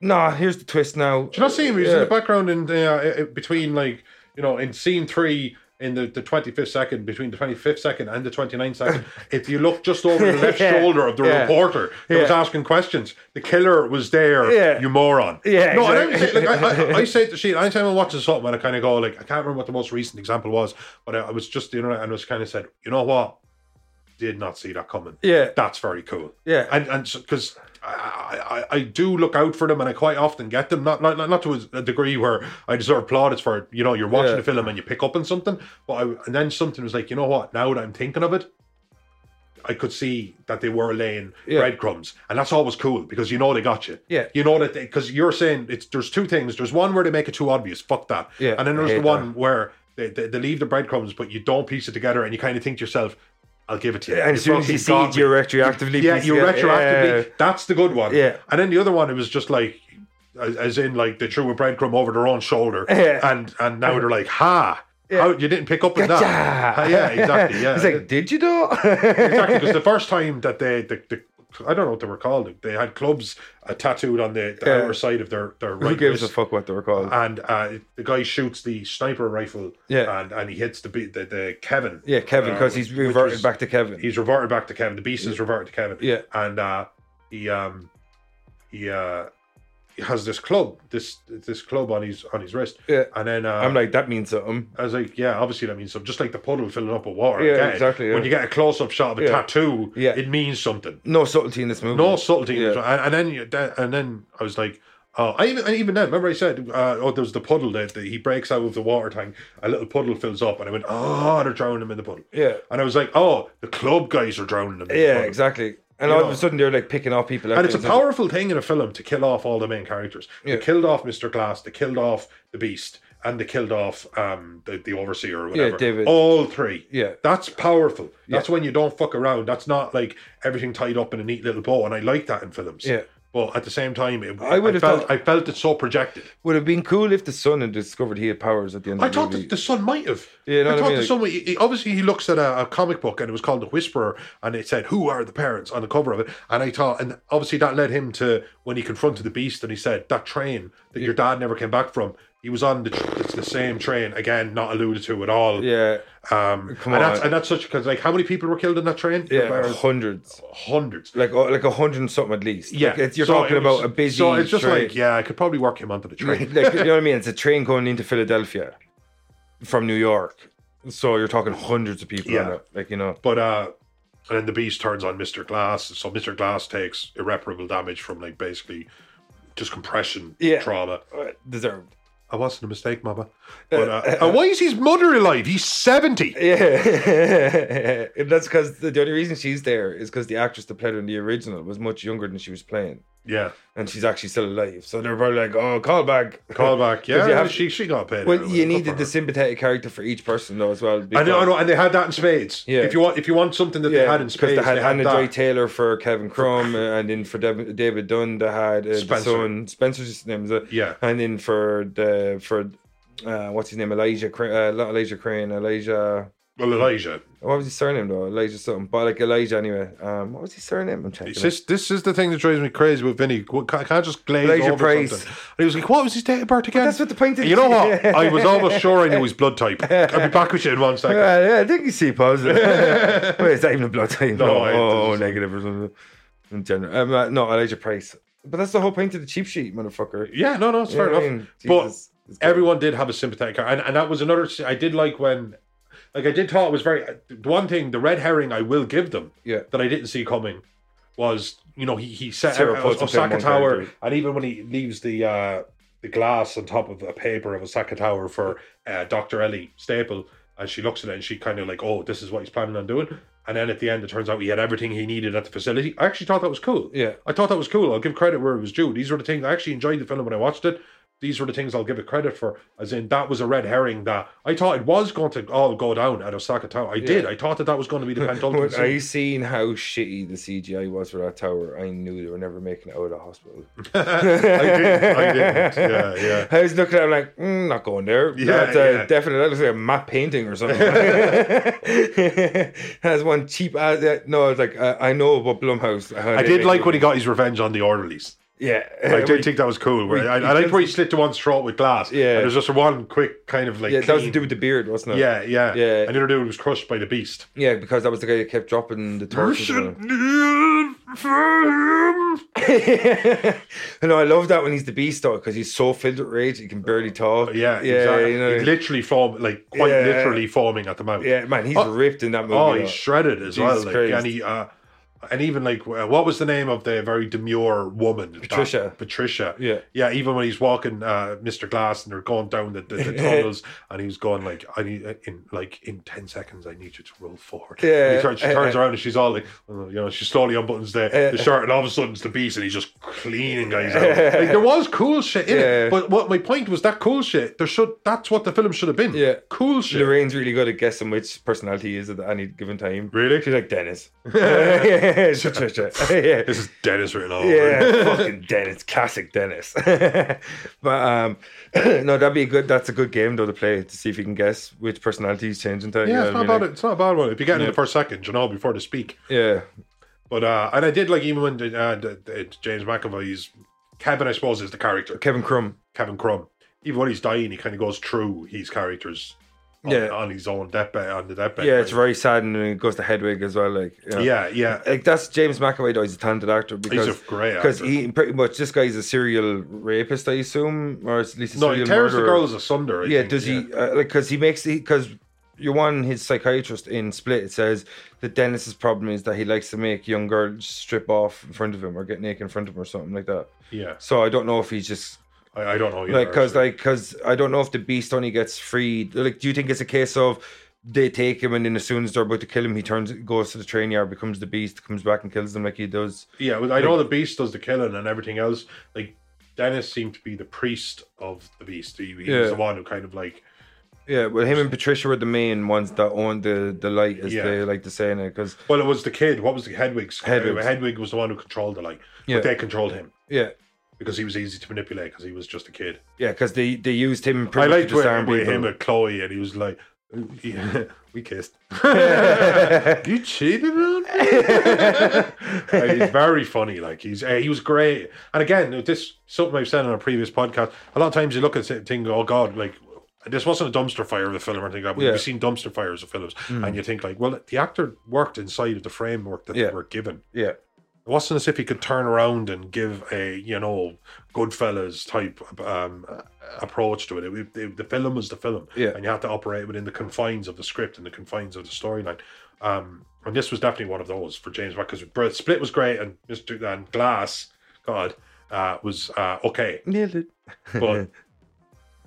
S4: nah, here's the twist now.
S5: Do you not see him? He's in
S4: Yeah.
S5: the background in uh, i- between like you know in scene three in the, the 25th second between the 25th second and the 29th second if you look just over the left
S4: Yeah.
S5: shoulder of the
S4: Yeah.
S5: reporter that was
S4: Yeah.
S5: asking questions the killer was there
S4: Yeah.
S5: you moron
S4: Yeah,
S5: no and I,
S4: exactly.
S5: would say, like, I, I, I say to Sheila anytime I'm watching something and I kind of go like I can't remember what the most recent example was but I, I was just the internet and I was kind of said you know what did not see that coming
S4: Yeah.
S5: that's very cool
S4: Yeah.
S5: and and because I, I I do look out for them and I quite often get them not not, not to a degree where I deserve plaudits for you know you're watching
S4: Yeah.
S5: the film and you pick up on something but I, and then something was like you know what now that I'm thinking of it I could see that they were laying
S4: Yeah.
S5: breadcrumbs and that's always cool because you know they got you
S4: Yeah.
S5: you know that because you're saying it's there's two things there's one where they make it too obvious fuck that
S4: Yeah,
S5: and then
S4: I
S5: there's the
S4: hate
S5: one where they, they, they leave the breadcrumbs but you don't piece it together and you kind of think to yourself I'll give it to you
S4: And as soon as
S5: fucking
S4: you see
S5: got
S4: it,
S5: me.
S4: you're retroactively.
S5: Yeah,
S4: pissed
S5: you
S4: off.
S5: retroactively. That's the good one.
S4: Yeah.
S5: And then the other one, it was just like, as, as in, like they threw a breadcrumb over their own shoulder,
S4: Yeah.
S5: and and now they're like, ha, how, you didn't pick up on that. Ha,
S4: Gotcha.
S5: Yeah, exactly. Yeah,
S4: it's like, did you though?
S5: exactly. Because the first time that they, the, the, I don't know what they were called. They had clubs uh, tattooed on the, the
S4: Yeah.
S5: outer side of their their right
S4: Who gives a
S5: wrist.
S4: fuck what they were called?
S5: And uh, the guy shoots the sniper rifle,
S4: Yeah.
S5: and, and he hits the, be- the the Kevin,
S4: yeah, Kevin,
S5: uh,
S4: because he's
S5: which
S4: reverted
S5: was-
S4: back to Kevin.
S5: he's reverted back to Kevin. The beast is reverted to Kevin.
S4: Yeah.
S5: And uh he um he uh he has this club, this this club on his on his wrist.
S4: Yeah.
S5: And then uh,
S4: I'm like, that means something.
S5: I was like, yeah, obviously that means something. Just like the puddle filling up with water. I
S4: Yeah,
S5: get it.
S4: exactly, yeah.
S5: When you get a close up shot of a
S4: Yeah.
S5: tattoo,
S4: Yeah.
S5: it means something.
S4: No subtlety in this movie.
S5: No subtlety.
S4: Yeah.
S5: And, and then you, then- and then I was like, oh, I even and even then remember I said, uh, oh, there was the puddle that, that he breaks out of the water tank. A little puddle fills up, and I went, oh, they're drowning him in the puddle.
S4: Yeah.
S5: And I was like, oh, the club guys are drowning him. In the
S4: Yeah,
S5: puddle.
S4: exactly. And
S5: You
S4: all
S5: know.
S4: of a sudden they're like picking off people. left,
S5: And it's a
S4: right, center.
S5: powerful thing in a film to kill off all the main characters.
S4: Yeah.
S5: They killed off Mr. Glass, they killed off the Beast, and they killed off um, the, the Overseer or whatever.
S4: David.
S5: All three.
S4: Yeah.
S5: That's powerful. That's
S4: Yeah.
S5: when you don't fuck around. That's not like everything tied up in a neat little bow. And I like that in films.
S4: Yeah.
S5: But at the same time, it,
S4: I
S5: I,
S4: would have
S5: felt
S4: thought-
S5: I felt it so projected.
S4: Would have been cool if the son had discovered he had powers at the end
S5: I
S4: of the
S5: thought
S4: movie.
S5: that the son might have.
S4: Yeah, you know
S5: I
S4: what I
S5: thought
S4: mean?
S5: the son. He, he- obviously, he looks at a, a comic book and it was called The Whisperer, and it said, "Who are the parents?" on the cover of it. And I thought, and obviously that led him to when he confronted the beast and he said that train that your dad never came back from. He was on the tr- it's the same train again, not alluded to at all.
S4: yeah,
S5: Um,
S4: Come
S5: and that's
S4: on.
S5: and that's such because like how many people were killed in that train?
S4: yeah,
S5: There were
S4: hundreds,
S5: hundreds.
S4: like oh, like a hundred and something at least.
S5: Yeah,
S4: Like, it's, you're
S5: So
S4: talking
S5: it was-
S4: about a busy.
S5: So it's just
S4: train.
S5: like yeah, I could probably work him onto the train.
S4: like you know what I mean. It's a train going into Philadelphia from New York, so you're talking hundreds of people. on
S5: Yeah.
S4: it. like you know,
S5: But uh and then the beast turns on Mr. Glass. So Mr. Glass takes irreparable damage from like basically just compression
S4: Yeah.
S5: trauma.
S4: uh, deserved.
S5: I wasn't a mistake, Mama. But uh, and why is his mother alive? He's
S4: Uh,
S5: 70.
S4: Yeah, And that's because the, the only reason she's there is because the actress that played her in the original was much younger than she was playing,
S5: Yeah.
S4: and she's actually still alive. So they're probably like, "Oh, call back,
S5: Call back. Yeah.
S4: you have-
S5: she she got paid.
S4: Well,
S5: anyway.
S4: you
S5: Good
S4: needed
S5: for
S4: the
S5: her.
S4: sympathetic character for each person though as well.
S5: I
S4: because-
S5: know, I know, and they had that in spades.
S4: Yeah.
S5: If you want, if you want something that
S4: Yeah,
S5: they had in
S4: because
S5: spades,
S4: they had Hannah Joy
S5: that.
S4: Taylor for Kevin Crum, uh, and then for Dev- David Dunn, they had uh,
S5: Spencer.
S4: Spencer. Son, Spencer's his name, is it?
S5: Yeah.
S4: And then for the for uh, what's his name, Elijah, Cra- uh, not Elijah Crane, Elijah.
S5: Well, Elijah.
S4: What was his surname though? Elijah something, but like Elijah anyway. Um, what was his surname? I'm checking.
S5: It's
S4: it.
S5: just- this is the thing that drives me crazy with Vinny. What- Can't can't just glaze
S4: Elijah
S5: over
S4: Price.
S5: something. And he was like, "What was his date of birth again?"
S4: that's what the point is.
S5: You know what? I was almost sure I knew his blood type. I'll be back with you in one second.
S4: Yeah, yeah, I think you see positive. Wait, is that even a blood type?
S5: No,
S4: No,
S5: I-
S4: oh, negative or something. In general, um, uh, no, Elijah Price. But that's the whole point of the cheap sheet, motherfucker.
S5: Yeah, no, no, it's
S4: You
S5: fair
S4: know what
S5: enough.
S4: I mean? Jesus. It's
S5: But
S4: good.
S5: everyone did have a sympathetic character, and, and that was another. s- I did like when, like, I did thought it was very. The one thing, the red herring, I will give them
S4: Yeah.
S5: that I didn't see coming was, you know, he he set
S4: Sarah
S5: out uh,
S4: Paulson playing
S5: Osaka
S4: one
S5: Tower,
S4: character.
S5: and even when he leaves the uh the glass on top of a paper of Osaka Tower for uh, Doctor Ellie Staple, and she looks at it and she kind of like, oh, this is what he's planning on doing. And then at the end, it turns out he had everything he needed at the facility. I actually thought that was cool.
S4: Yeah.
S5: I thought that was cool. I'll give credit where it was due. These were the things I actually enjoyed the film when I watched it. These were the things I'll give it credit for. As in, that was a red herring that I thought it was going to all go down at Osaka Tower. I did. I thought that that was going to be the penultimate
S4: When I seen
S5: scene.
S4: how shitty the CGI was for that tower, I knew they were never making it out of the hospital.
S5: I didn't. I didn't. Yeah, yeah.
S4: I was looking at it like, mm, not going there.
S5: Yeah,
S4: That's, uh,
S5: yeah.
S4: definitely that looks like a map painting or something. Has one cheap ass. yeah, No, I was like, uh, I, I know about Blumhouse. how
S5: I
S4: they
S5: did
S4: make
S5: like
S4: it.
S5: when he got his revenge on the orderlies.
S4: Yeah,
S5: I did think that was cool. Where
S4: we-
S5: I, I
S4: he
S5: liked where he
S4: kills-
S5: slit the one's throat with glass.
S4: Yeah.
S5: and there's just one quick kind of like.
S4: Yeah, that was the
S5: clean-
S4: dude with the beard, wasn't it?
S5: Yeah, yeah,
S4: Yeah.
S5: And the other dude was crushed by the beast.
S4: yeah, because that was the guy that kept dropping the torches. on him.
S5: kneel for him.
S4: you know, I love that when he's the beast though, because he's so filled with rage he can barely talk.
S5: Oh, Yeah, exactly.
S4: you know.
S5: He literally form like quite
S4: Yeah.
S5: literally forming at the mouth.
S4: yeah, man, he's
S5: Oh.
S4: ripped in that movie.
S5: Oh,
S4: though.
S5: he's shredded as well.
S4: Jesus
S5: Like,
S4: Christ.
S5: and he, uh, and even like, uh, what was the name of the very demure woman? that-
S4: Patricia.
S5: Patricia.
S4: Yeah.
S5: Yeah. Even when he's walking, uh, Mr. Glass, and they're going down the, the, the tunnels, and he's going like, I need uh, in like in ten seconds, I need you to roll forward. And
S4: Yeah.
S5: he turns, she turns around and she's all like, oh, you know, she slowly unbuttons the, the shirt, and all of a sudden it's the beast, and he's just cleaning guys out. Like there was cool shit in
S4: Yeah.
S5: it, but what my point was that cool shit. There should that's what the film should have been.
S4: Yeah.
S5: Cool shit.
S4: Lorraine's really good at guessing which personality he is at any given time.
S5: Really?
S4: She's like Dennis. yeah, shut, shut, shut. yeah.
S5: This is Dennis written all over. it.
S4: Yeah, fucking Dennis, classic Dennis. but um, no, that'd be a good. That's a good game though to play to see if you can guess which personality he's changing to.
S5: Yeah, it's not bad.
S4: about
S5: It's not a bad one. If you get it in
S4: Yeah.
S5: the first second, you know, before they speak.
S4: Yeah,
S5: But uh, and I did like even when uh, the, the James McAvoy's Kevin, I suppose, is the character
S4: Kevin Crum.
S5: Kevin Crumb. Even when he's dying, he kind of goes through his character's on,
S4: Yeah.
S5: on his own deathbed on the deathbed.
S4: Yeah, it's very sad, and it goes to Hedwig as well. Like, you know.
S5: Yeah, yeah.
S4: like that's James McAvoy. Though he's a talented actor because
S5: great
S4: because
S5: actor.
S4: he pretty much this guy's a serial rapist, I assume, or at least a
S5: No, he
S4: serial
S5: tears the
S4: murderer.
S5: girls asunder. I
S4: yeah,
S5: think,
S4: does
S5: yeah.
S4: he? Uh, like, because he makes because your one his psychiatrist in Split says that Dennis's problem is that he likes to make young girls strip off in front of him or get naked in front of him or something like that.
S5: Yeah,
S4: So I don't know if he's just
S5: I, I don't know. either,
S4: like because
S5: actually.
S4: like because I don't know if the beast only gets freed. Like, do you think it's a case of they take him and then as soon as they're about to kill him, he turns goes to the train yard, becomes the beast, comes back and kills them like he does.
S5: yeah, well, I know the beast does the killing and everything else. Like Dennis seemed to be the priest of the beast. He, he
S4: Yeah.
S5: was the one who kind of like
S4: Yeah, well, him and Patricia were the main ones that owned the the light, as
S5: Yeah.
S4: they like to say in it. Because
S5: Well, it was the kid. What was the Hedwig's? Uh,
S4: Hedwig's.
S5: Hedwig was the one who controlled the light.
S4: Yeah.
S5: But they controlled him
S4: yeah,
S5: because he was easy to manipulate because he was just a kid.
S4: yeah, because they they used him.
S5: I
S4: pretty much to
S5: liked
S4: disarm
S5: when with
S4: people.
S5: him at Chloe and he was like, yeah, we kissed. you cheated on me? And he's very funny. Like he's uh, he was great. And again, this something I've said on a previous podcast. A lot of times you look at it and think, oh God, like this wasn't a dumpster fire of the film or anything like that. But
S4: Yeah. Mm.
S5: We've seen dumpster fires of films, and you think like, well, the actor worked inside of the framework that
S4: Yeah.
S5: they were given.
S4: Yeah,
S5: It wasn't as if he could turn around and give a you know Goodfellas type um, approach to it. It- it- The film was the film,
S4: Yeah.
S5: and you had to operate within the confines of the script and the confines of the storyline. Um, and this was definitely one of those for James because Split was great and Mister and Glass, God, uh, was uh, okay,
S4: nailed it.
S5: but.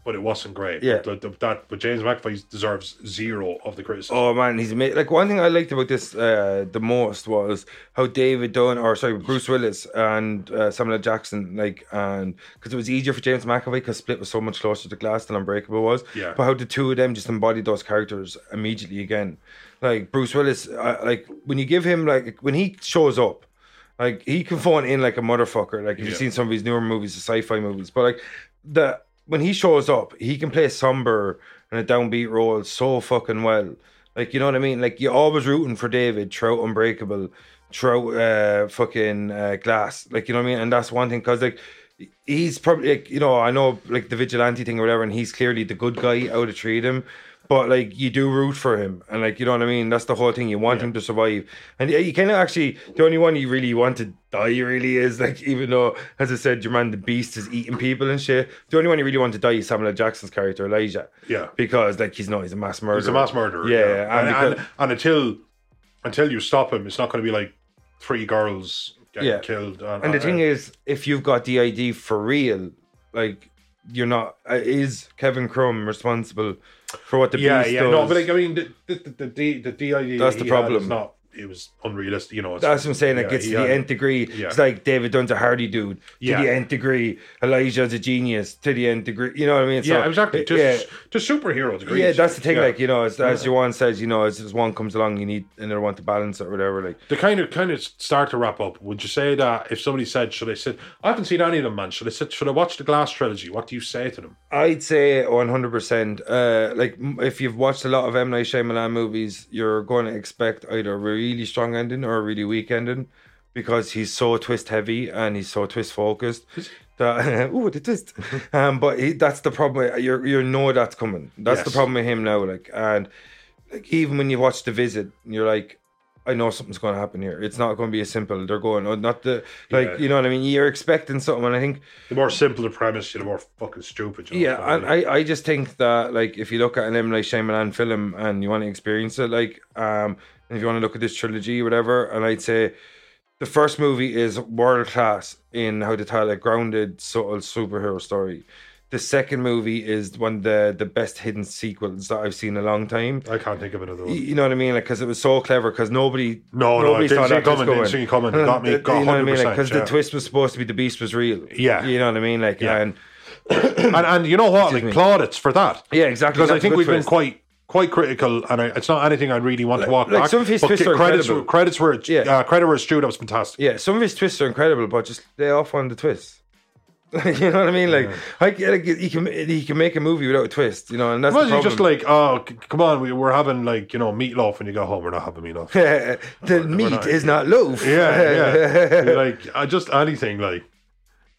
S5: But it wasn't great.
S4: Yeah.
S5: The- the- that, but James McAvoy deserves zero of the criticism.
S4: Oh man, he's amazing. Like one thing I liked about this uh, the most was how David Dunn, or sorry, Bruce Willis and uh, Samuel L. Jackson, like, and because it was easier for James McAvoy because Split was so much closer to Glass than Unbreakable was.
S5: Yeah.
S4: But how the two of them just embodied those characters immediately again. Like Bruce Willis, uh, like when you give him like when he shows up. Like he can phone in like a motherfucker. Like if
S5: Yeah.
S4: you've seen some of his newer movies, the sci-fi movies, but like the when he shows up, he can play somber and a downbeat role so fucking well. Like you know what I mean? Like you're always rooting for David throughout Unbreakable, throughout uh, fucking uh, Glass. Like you know what I mean? And that's one thing because like he's probably like you know I know like the vigilante thing or whatever, and he's clearly the good guy out of three of them. But like you do root for him, and like you know what I mean. That's the whole thing. You want him to survive, and yeah, you kind of actually the only one you really want to die really is like even though as I said, your man the beast is eating people and shit. The only one you really want to die is Samuel L. Jackson's character Elijah.
S5: Yeah.
S4: because like he's not he's a mass murderer.
S5: He's a mass murderer.
S4: Yeah,
S5: and,
S4: and
S5: and,
S4: because-
S5: and until until you stop him, it's not going to be like three girls getting
S4: Yeah.
S5: killed. uh,
S4: And the thing is, if you've got DID for real, like you're not. uh, Is Kevin Crumb responsible for what the
S5: yeah,
S4: beast
S5: yeah,
S4: does?
S5: no, but like, I mean, the the the, the, the DID
S4: That's the
S5: he had
S4: problem.
S5: is Not it was unrealistic. You know, it's,
S4: That's what I'm saying. Like
S5: Yeah,
S4: it's
S5: he
S4: to
S5: had-
S4: the nth degree.
S5: yeah.
S4: It's like David Dunn's a hardy dude. To
S5: Yeah.
S4: the nth degree, Elijah's a genius. To the nth degree, you know what I mean? So,
S5: yeah, exactly.
S4: it-
S5: To, to superhero degree.
S4: Yeah, that's the thing.
S5: Yeah.
S4: Like you know, as, as your one says, you know, as, as one comes along, you need another one to balance it or whatever. Like
S5: to kind of kind of start to wrap up. Would you say that if somebody said, "Should I sit?" I haven't seen any of them, man. Should I sit? Should I watch the Glass trilogy? What do you say to them?
S4: I'd say 100. percent uh Like m- if you've watched a lot of M Night Shyamalan movies, you're going to expect either a really strong ending or a really weak ending, because he's so twist heavy and he's so twist focused. That ooh the twist, um, but he, that's the problem. You you know that's coming. That's the
S5: Yes.
S4: problem with him now. Like and like even when you watch The Visit, you're like. I know something's going to happen here. It's not going to be as simple. They're going, oh, not the like,
S5: Yeah.
S4: you know what I mean. You're expecting something, and I think
S5: The more simple the premise, the more fucking stupid. you know, it's
S4: yeah,
S5: not
S4: and
S5: really-
S4: I, I just think that like if you look at an M Night Shyamalan film and you want to experience it, like um, if you want to look at this trilogy, or whatever, and I'd say the first movie is world class in how to tell a grounded, subtle superhero story. The second movie is one of the the best hidden sequels that I've seen in a long time.
S5: I can't think of another
S4: Y-
S5: one.
S4: You know what I mean? Like, because it was so clever. Because nobody,
S5: No, no,
S4: nobody
S5: I didn't
S4: saw
S5: see
S4: that
S5: it coming,
S4: going.
S5: didn't see it coming. It got me-
S4: And,
S5: got
S4: you know what I mean?
S5: 100%,
S4: Because
S5: yeah.
S4: the twist was supposed to be the beast was real.
S5: Yeah.
S4: you know what I mean? Like,
S5: Yeah.
S4: and
S5: and and you know what? Like
S4: me.
S5: plaudits for that.
S4: yeah, exactly.
S5: because I
S4: that's a
S5: think
S4: good
S5: we've been
S4: twist.
S5: quite quite critical, and I, it's not anything I really want to walk
S4: like,
S5: back.
S4: some of his
S5: but
S4: twists are
S5: credits,
S4: incredible.
S5: were- credits were yeah.
S4: Yeah.
S5: uh, credit where it's due. That was fantastic.
S4: Yeah, some of his twists are incredible, but just lay off on the twists. you know what I mean? Like, I, like he can he can make a movie without a twist. You know, and that's the
S5: Imagine you're just
S4: problem.
S5: like, oh, c- come on, we, we're having like you know meatloaf when you go home. We're not having meatloaf.
S4: the meat
S5: not-
S4: is not loaf.
S5: yeah, yeah. You're uh, like I just anything like.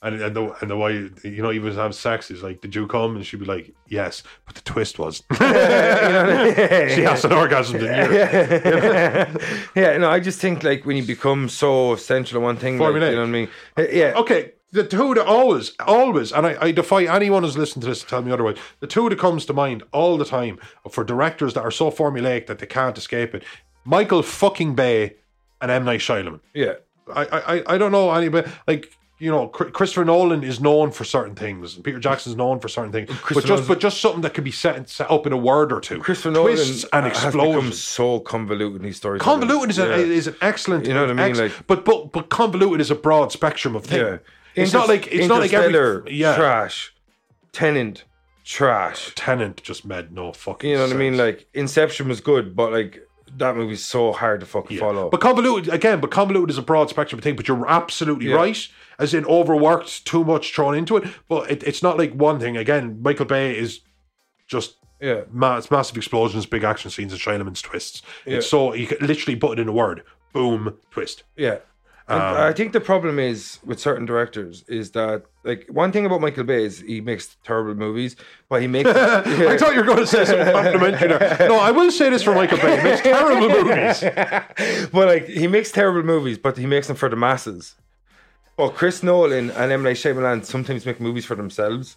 S5: And, and the and the way you know even have sex is like, did you come? And she'd be like, yes. But the twist was, she has an orgasm. Didn't you?
S4: yeah, no, I just think like when you become so central to one thing, like, you
S5: Formulaic.
S4: know what I mean? Uh, Yeah,
S5: Okay, the two that always, always, and I, I defy anyone who's listened to this to tell me otherwise. The two that comes to mind all the time for directors that are so formulaic that they can't escape it: Michael fucking Bay and M Night Shyamalan.
S4: yeah,
S5: I, I, I- I don't know anybody like. You know, Chr- Christopher Nolan is known for certain things. and Peter Jackson's known for certain things, but
S4: Christopher
S5: just
S4: Nolan's-
S5: but just something that could be set, set up in a word or two.
S4: Christopher Nolan
S5: twists and
S4: has become
S5: explosions.
S4: so convoluted in these stories.
S5: Convoluted is, a,
S4: Yeah.
S5: is an excellent.
S4: You know what I mean? Like-
S5: but but but convoluted is a broad spectrum of things.
S4: Yeah.
S5: It's not like it's not like
S4: Interstellar,
S5: every yeah.
S4: trash, Tenant trash.
S5: Tenant just made no fucking.
S4: You know what I mean?
S5: sense.
S4: Like Inception was good, but like that movie's so hard to fucking
S5: Yeah.
S4: follow.
S5: But convoluted again, but convoluted is a broad spectrum of thing. But you're absolutely
S4: Yeah.
S5: right, as in overworked, too much thrown into it. But it, it's not like one thing. Again, Michael Bay is just
S4: yeah,
S5: ma- it's massive explosions, big action scenes, and Shyamalan's twists.
S4: Yeah.
S5: It's so you could literally put it in a word: boom, twist.
S4: yeah. And
S5: Um,
S4: I think the problem is with certain directors is that like one thing about Michael Bay is he makes terrible movies, but he makes
S5: I thought you were going to say something complimentary there. No, I will say this for Michael Bay. He makes terrible movies.
S4: but like he makes terrible movies, but he makes them for the masses. But Chris Nolan and M. Night Shyamalan sometimes make movies for themselves.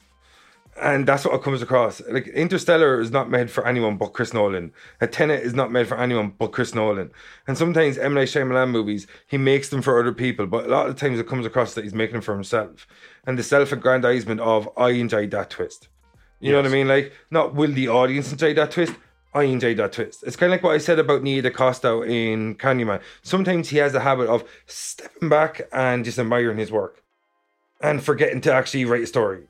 S4: And that's what comes across. Like Interstellar is not made for anyone but Chris Nolan. A Tenet is not made for anyone but Chris Nolan. And sometimes M Night Shyamalan movies, he makes them for other people, but a lot of times it comes across that he's making them for himself. And the self-aggrandizement of I enjoyed that twist. You know what I mean? Like, not will the audience enjoy that twist? I enjoy that twist. It's kind of like what I said about Nia DaCosta in Candyman. Sometimes he has a habit of stepping back and just admiring his work and forgetting to actually write a story.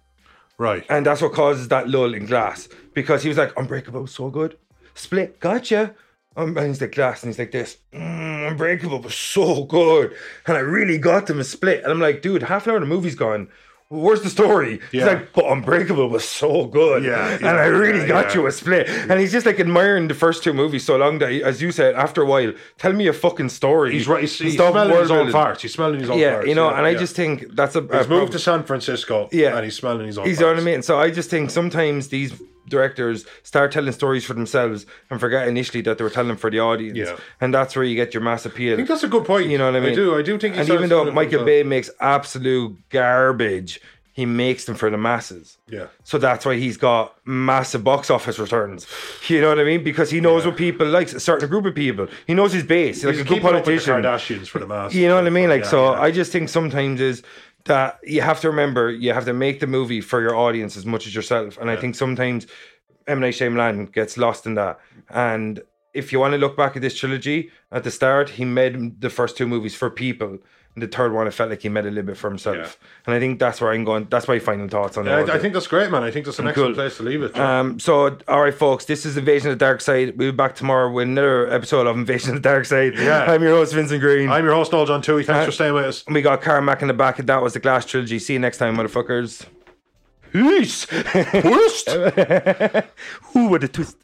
S5: Right.
S4: And that's what causes that lull in Glass because he was like, Unbreakable, was so good. Split, gotcha. Um, and he's like Glass, and he's like this. "Mm, Unbreakable was so good, and I really got them a Split. And I'm like, dude, half an hour of the movie's gone. Where's the story? He's
S5: Yeah.
S4: like, but Unbreakable was so good,
S5: Yeah,
S4: and
S5: yeah,
S4: I really
S5: yeah,
S4: got
S5: yeah.
S4: you a Split. And he's just like admiring the first two movies so long that, he, as you said, after a while, tell me a fucking story.
S5: He's right. He's, he's
S4: Stop
S5: smelling his own
S4: world-building.
S5: farts. He's smelling his own
S4: Yeah,
S5: farts.
S4: you know, and I
S5: yeah.
S4: just think that's a.
S5: He's
S4: a
S5: moved
S4: problem.
S5: to San Francisco.
S4: Yeah.
S5: and he's smelling his own.
S4: He's
S5: farts.
S4: on a meeting. So I just think sometimes these directors start telling stories for themselves and forget initially that they were telling for the audience.
S5: Yeah.
S4: And that's where you get your mass appeal.
S5: I think that's a good point.
S4: you know what I mean?
S5: I do. I do think. he
S4: And
S5: starts
S4: even though
S5: doing it
S4: Michael
S5: himself.
S4: Bay makes absolute garbage, he makes them for the masses.
S5: Yeah.
S4: So that's why he's got massive box office returns. You know what I mean? Because he knows what people likes, a certain group of people. He knows his base. He's like
S5: He's
S4: a good
S5: keeping up with the
S4: politician.
S5: Kardashians for the mass.
S4: You know what I mean? Like,
S5: Yeah,
S4: so
S5: yeah.
S4: I just think sometimes is that you have to remember you have to make the movie for your audience as much as yourself. And I think sometimes M. Night Shyamalan gets lost in that. And if you want to look back at this trilogy, at the start, he made the first two movies for people. And the third one, I felt like he made a little bit for himself.
S5: Yeah.
S4: And I think that's where I'm going. That's my final thoughts on
S5: Yeah,
S4: all of
S5: I, I
S4: it.
S5: think that's great, man. I think that's an excellent
S4: Cool.
S5: place to leave it.
S4: Um, so, all right, folks, this is Invasion of the Dark Side. We'll be back tomorrow with another episode of Invasion of the Dark Side.
S5: Yeah.
S4: I'm your host, Vincent Green.
S5: I'm your host, Noel John Toohey. Thanks for staying with us.
S4: And we got Carmack in the back, and that was the Glass Trilogy. See you next time, motherfuckers. Peace. Twist. Ooh, what a twist.